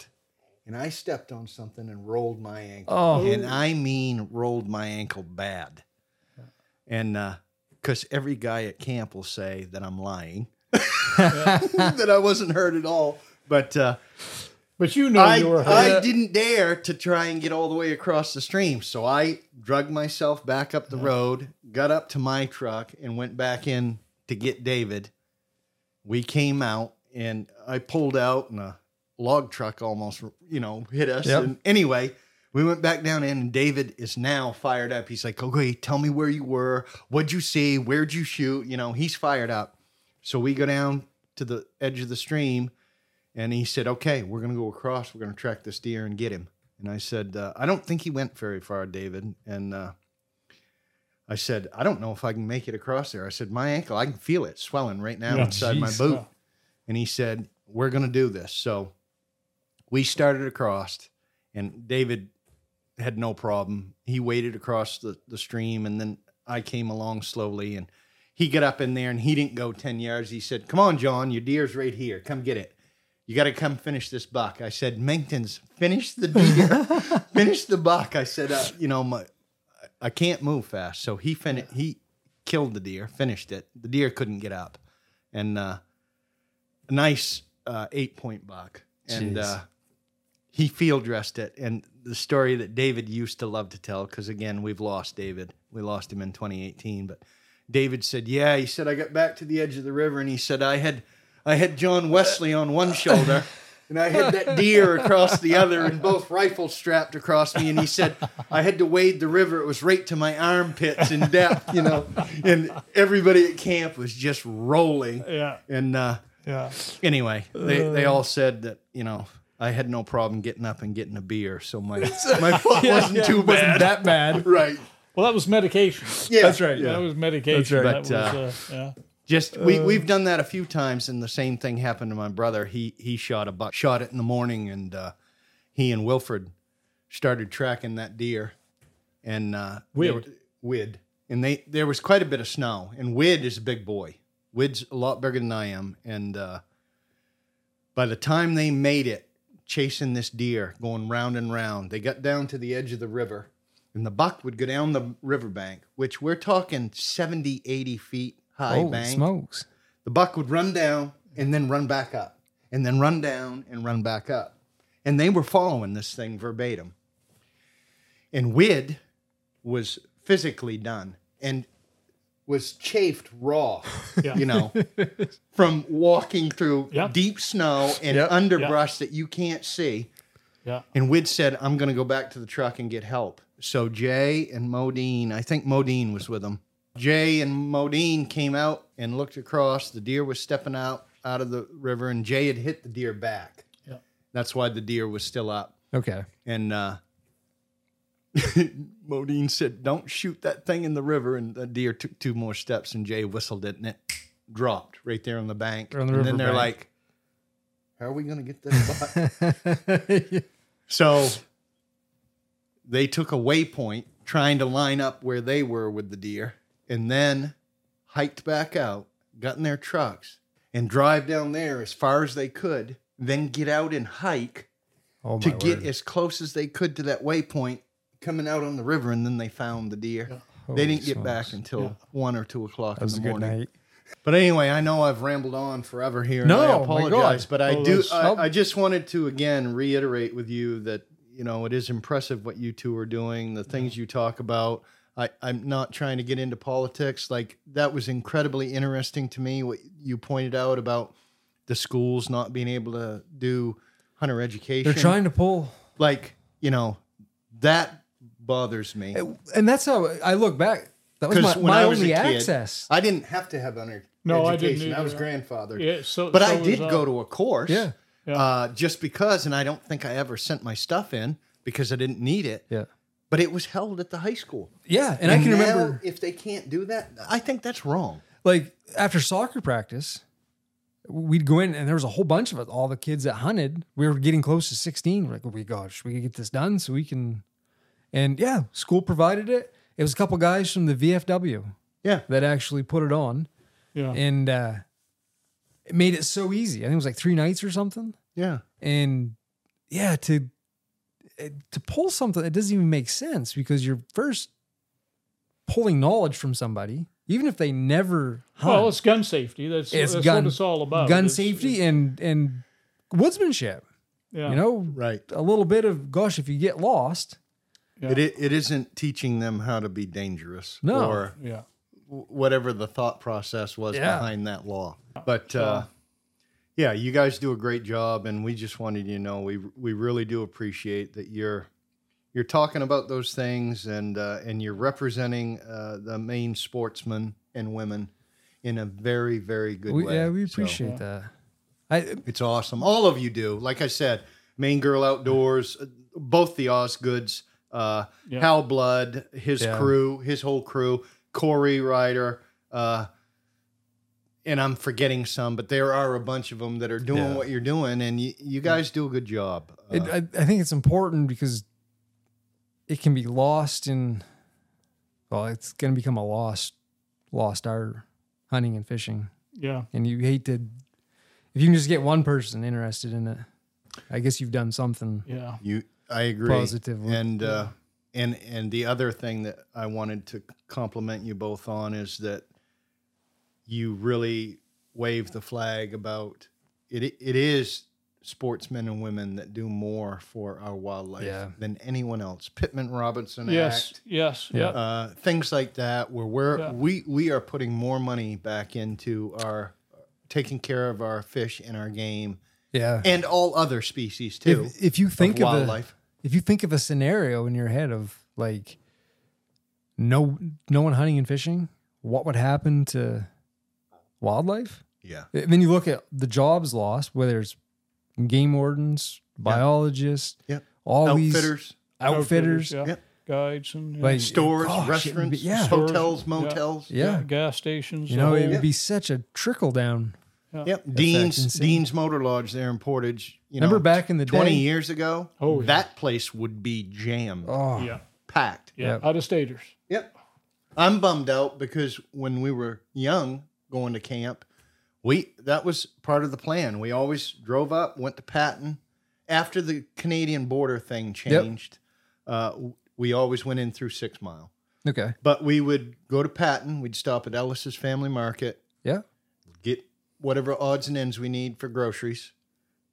and I stepped on something and rolled my ankle.
Oh,
And I mean, rolled my ankle bad. And because every guy at camp will say that I'm lying, that I wasn't hurt at all. But uh,
But you know
I,
you were
I
hurt.
didn't dare to try and get all the way across the stream. So I drugged myself back up the road, got up to my truck, and went back in to get David. We came out and I pulled out, and a log truck almost, you know, hit us.
Yep.
And anyway, we went back down in, and David is now fired up. He's like, okay, tell me where you were. What'd you see? Where'd you shoot? You know, he's fired up. So we go down to the edge of the stream and he said, "Okay, we're gonna go across. We're gonna track this deer and get him." And I said, uh, "I don't think he went very far, David." And uh, I said, "I don't know if I can make it across there." I said, "My ankle, I can feel it swelling right now
Yeah,
inside my
jeez.
boot."
Yeah.
And he said, "We're gonna do this." So we started across, and David had no problem. He waded across the, the stream, and then I came along slowly and. He got up in there and he didn't go 10 yards. He said, Come on, John, your deer's right here. Come get it. You got to come finish this buck. I said, Mengtons, finish the deer, finish the buck. I said, uh, you know, my, I- I can't move fast. So he fin- he killed the deer, finished it. The deer couldn't get up, and uh, a nice uh, eight point buck. And
Jeez.
uh, he field dressed it. And the story that David used to love to tell, because again, we've lost David. We lost him in 2018, but David said, "Yeah." He said, "I got back to the edge of the river, and he said I had, I had John Wesley on one shoulder, and I had that deer across the other, and both rifles strapped across me." And he said, "I had to wade the river; it was right to my armpits in depth, you know." And everybody at camp was just rolling.
yeah,
And uh,
yeah.
anyway, they, they all said that you know I had no problem getting up and getting a beer, so my my foot wasn't too
it wasn't
bad.
that bad.
right?
Well, that was medication.
Yeah,
That's right.
That was medication.
That's
right. But,
That was, uh, yeah.
Just we we've done that a few times, and the same thing happened to my brother. He he shot a buck, shot it in the morning, and uh, he and Wilfred started tracking that deer, and uh, they
Weird.
were- Wid, and they there was quite a bit of snow. And Wid is a big boy. Wid's a lot bigger than I am. And uh, by the time they made it, chasing this deer, going round and round, they got down to the edge of the river, and the buck would go down the riverbank, which we're talking 70, 80 feet high
Holy
bank.
smokes.
The buck would run down and then run back up, and then run down and run back up. And they were following this thing verbatim. And Wid was physically done and was chafed raw,
Yeah.
you know, from walking through
Yeah.
deep snow and
Yep.
underbrush that you can't see.
Yeah.
And Wid said, I'm going to go back to the truck and get help. So Jay and Modine, I think Modine was with him. Jay and Modine came out and looked across. The deer was stepping out out of the river, and Jay had hit the deer back.
Yeah.
That's why the deer was still up.
Okay.
And uh, Modine said, Don't shoot that thing in the river. And the deer took two more steps, and Jay whistled it, and it dropped right there on the bank.
On the
and
river
then they're
bank.
like, How are we going to get this buck?
yeah.
So they took a waypoint trying to line up where they were with the deer and then hiked back out, got in their trucks and drive down there as far as they could, then get out and hike
Oh my
to get
word.
as close as they could to that waypoint coming out on the river and then they found the deer.
Holy
They didn't get back
smokes.
until
Yeah.
one or two o'clock
That was a
in the
good
morning.
night.
But anyway, I know I've rambled on forever here. And
No,
I
my
apologize,
God.
but I
Oh,
do.
that's-
Oh.
I, I just wanted to again reiterate with you that you know it is impressive what you two are doing, the things you talk about. I, I'm not trying to get into politics. Like that was incredibly interesting to me. What you pointed out about the schools not being able to do hunter education.
They're trying to pull
like you know, that bothers me.
and that's how I look back. That was
'Cause
my,
when
my
I was a
only
kid-
access.
I didn't have to have hunter
No, I didn't
education. I,
either.
was grandfathered.
Yeah, so,
But
so
I
was
did go to a course.
Yeah.
Yeah.
Uh, just because, and I don't think I ever sent my stuff in because I didn't need it.
Yeah.
But it was held at the high school.
Yeah. And, I can
now,
remember
if they can't do that, I think that's wrong.
like after soccer practice, we'd go in and there was a whole bunch of us, all the kids that hunted. We were getting close to 16. We're like, oh my gosh, we can get this done so we can. And yeah, school provided it. It was a couple guys from the VFW
Yeah.
that actually put it on
Yeah.
and uh, it made it so easy. I think it was like three nights or something.
Yeah.
and yeah to it- to pull something that doesn't even make sense because you're first pulling knowledge from somebody even if they never hunt
Well, it's gun safety. That's,
It's
that's
gun-
what it's all about.
gun
It's-
safety and and woodsmanship
Yeah.
you know
Right.
a little bit of gosh if you get lost
Yeah.
It, it isn't teaching them how to be dangerous
No.
or
Yeah.
w- whatever the thought process was
Yeah.
behind that law. But uh, yeah, you guys do a great job, and we just wanted you to know we we really do appreciate that you're you're talking about those things and uh, and you're representing uh, the main sportsmen and women in a very very good
we,
way.
yeah we
So,
appreciate that i
it's awesome. All of you do. Like I said, Main Girl Outdoors, uh, both the Osgoods, uh,
Yeah.
Hal Blood, his
Yeah.
crew, his whole crew, Corey Ryder, uh, and I'm forgetting some, but there are a bunch of them that are doing
Yeah.
what you're doing, and you, you guys do a good job. Uh,
It, I, I think it's important because it can be lost in, well, it's going to become a lost, lost art, hunting and fishing.
Yeah.
And you hate to, if you can just get one person interested in it, I guess you've done something.
Yeah.
You, I agree.
Positively.
And uh, and and the other thing that I wanted to compliment you both on is that you really wave the flag about it. It is sportsmen and women that do more for our wildlife
Yeah.
than anyone else. Pittman Robinson
Yes.
Act.
Yes.
Yeah.
Yeah.
Uh, things like that, where we're
Yeah.
we we are putting more money back into our taking care of our fish and our game
Yeah.
and all other species too.
If, if you think of, a,
wildlife.
if you think of a scenario in your head of like, no, no one hunting and fishing, what would happen to wildlife?
yeah.
And then you look at the jobs lost, whether it's game wardens, biologists,
Yeah.
all these
Outfitters,
outfitters.
Yeah.
Yep.
Guides and yeah.
Like,
stores,
gosh, it would be-
restaurants,
yeah.
Stores,
hotels,
yeah.
motels.
yeah.
gas stations.
You
the
know, it
whole-
would be such a trickle down.
Yep.
That's
Dean's
insane.
Dean's Motor Lodge there in Portage. You
Remember
know,
back in the
20
day?
years ago,
Oh, yeah.
that place would be jammed,
Oh,
yeah.
packed.
Yeah.
Yep.
Out of staters.
Yep. I'm bummed out because when we were young going to camp, we that was part of the plan. We always drove up, went to Patton. After the Canadian border thing changed, uh, w- we always went in through Six Mile.
Okay.
But we would go to Patton. We'd stop at Ellis's Family Market.
Yeah.
Get whatever odds and ends we need for groceries.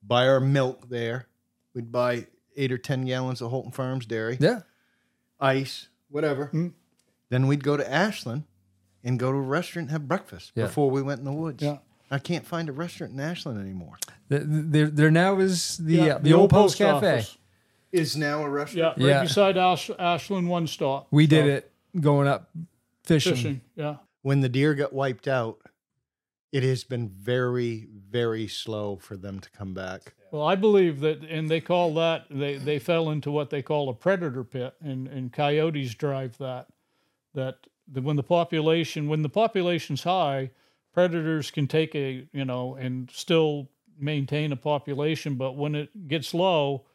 Buy our milk there. We'd buy eight or ten gallons of Holton Farms dairy,
Yeah.
ice, whatever.
Mm.
Then we'd go to Ashland and go to a restaurant and have breakfast
Yeah.
before we went in the woods.
Yeah.
I can't find a restaurant in Ashland anymore.
Th- th- There, there now is the uh, the, old post, cafe.
office.
Is now a restaurant.
Yeah, right
Yeah.
beside Ash- Ashland One Stop.
We did
So,
it going up fishing.
Fishing. Yeah.
when the deer got wiped out, it has been very, very slow for them to come back.
Well, I believe that, and they call that they they fell into what they call a predator pit, and and coyotes drive that. That the, when the population when the population's high, predators can take a you know and still maintain a population, but when it gets low,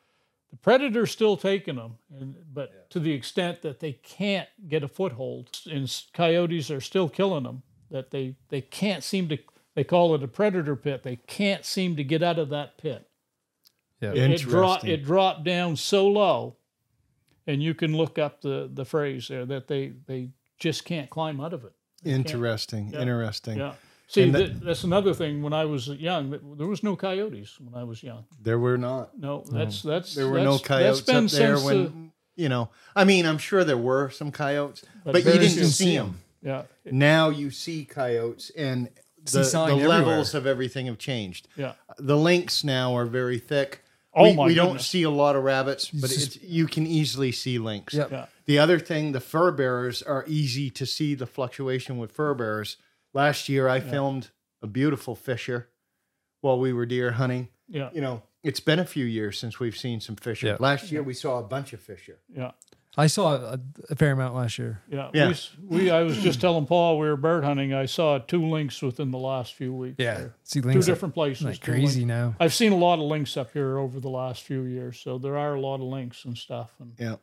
the predator's still taking them, and but to the extent that they can't get a foothold, and s- coyotes are still killing them. That they they can't seem to. They call it a predator pit. They can't seem to get out of that pit it dropped
Interesting.
it dropped down so low and you can look up the the phrase there that they they just can't climb out of it
Interesting.
Yeah.
Interesting.
yeah see
And that-
th- that's another thing when i was young that there was no coyotes when i was young
There were not.
no that's that's
There were
that's,
no coyotes
that's been
up there
since
when, you know, I mean, I'm sure there were some coyotes, but,
But
you
very
didn't
few.
see them.
the, yeah
Now you see coyotes and
See
the,
sign
the
everywhere.
levels of everything have changed.
yeah
The links now are very thick.
Oh
we,
my
we don't
goodness.
see a lot of rabbits, but
It's
it's, you can easily see links.
Yep.
yeah
The other thing, the fur bearers are easy to see the fluctuation with fur bearers. Last year, I filmed a beautiful fisher while we were deer hunting.
yeah
You know, it's been a few years since we've seen some fisher.
Yeah.
Last year, we saw a bunch of fisher.
yeah
I saw a, a fair amount last year.
yeah,
Yeah.
We, s- we i was just telling paul we were bird hunting i saw two links within the last few weeks
Yeah. Uh, See
two
links.
different places
Like
two links.
crazy now.
I've seen a lot of links up here over the last few years, so there are a lot of links and stuff, and
Yeah.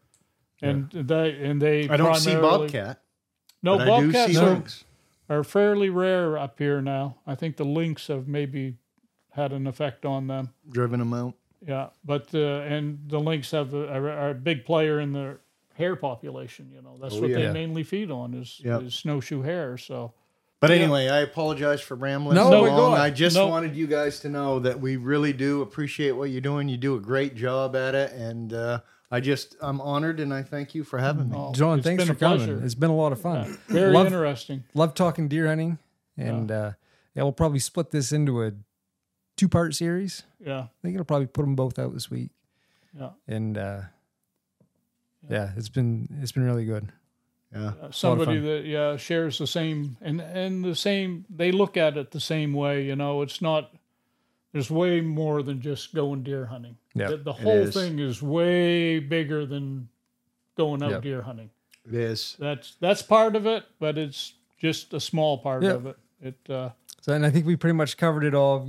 and they and they.
I don't see
primarily-
bobcat.
No,
but I do
bobcats
see
are,
lynx.
are fairly rare up here now. I think the links have maybe had an effect on them.
Driven them out.
Yeah, but uh, and the links have a, are, are a big player in the hare population. You know, that's
Oh,
what
yeah.
they
Yeah.
mainly feed on is,
Yeah.
is snowshoe hare. So
But anyway, I apologize for rambling.
No,
so
we're
long.
good.
I just
No.
wanted you guys to know that we really do appreciate what you're doing. You do a great job at it, and uh, I just I'm honored and I thank you for having me.
oh,
John,
it's
thanks
been
for
a
coming.
pleasure.
It's been a lot of fun.
Very
Love-
interesting.
Love talking deer hunting, and uh, yeah, we'll probably split this into a two part series.
Yeah,
I think it'll probably put them both out this week.
yeah.
And uh, yeah, it's been it's been really good.
Yeah.
Uh, somebody
fun.
that yeah shares the same and and the same they look at it the same way you know it's not there's way more than just going deer hunting
Yeah,
the, the whole
is.
thing is way bigger than going out
Yep.
deer hunting
It is.
that's that's part of it but it's just a small part
Yep.
of it it uh
So, and I think we pretty much covered it all: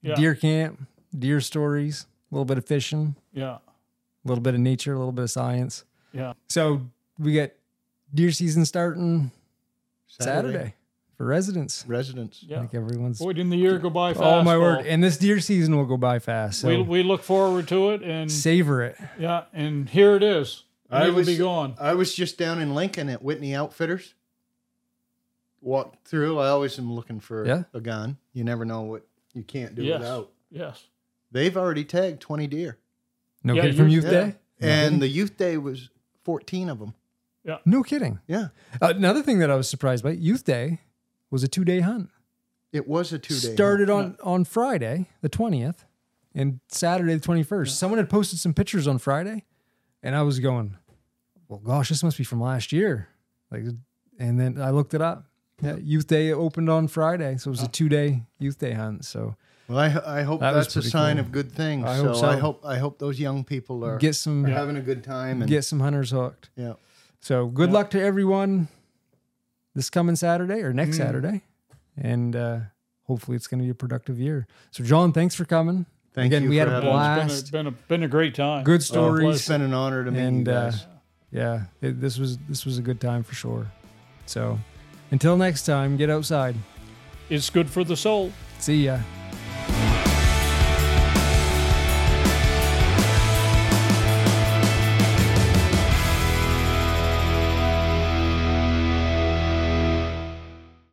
yeah
deer camp, deer stories, a little bit of fishing,
yeah
a little bit of nature, a little bit of science.
yeah
So we got deer season starting Saturday, for residents.
Residents.
I
yeah
think everyone's.
boy didn't the year go by fast
oh my word!
Paul.
And this deer season will go by fast. So
we, we look forward to it and
savor it.
yeah and here it is
I
I will
was-
be gone
I was just down in Lincoln at Whitney Outfitters. Walked through. I always am looking for
Yeah.
a gun. You never know what you can't do
yes
without.
yes
They've already tagged 20 deer.
No
Yeah,
kidding from
you're-
Youth
yeah.
Day.
And the youth day was 14 of them.
No kidding. Uh,
Yeah.
Another thing that I was surprised by: Youth Day was a two-day hunt.
It was a two day.
Started on on Friday the twentieth, and Saturday the twenty-first. Someone had posted some pictures on Friday, and I was going, "Well, gosh, this must be from last year." Like, and then I looked it up. Yeah, Youth Day opened on Friday, so it was a two-day Youth Day hunt. So
Well, I, I hope
That was
that's a
pretty
sign
cool.
of good things.
I
so,
hope
I
so.
hope I hope those young people are,
get some
are having a good time. And
get some hunters hooked.
yeah,
So good luck to everyone this coming Saturday or
Mm.
next Saturday. And uh, hopefully it's going to be a productive year. So, John, thanks for coming.
thank
Again,
you.
we
for
had a
having Oh,
blast.
me.
Yeah, it's been a, been a been a great time.
Good
Oh,
stories.
it's been an honor to meet
And,
you
uh,
guys.
yeah, it- this was this was a good time for sure.
So until next time, get outside.
It's good for the soul.
See ya.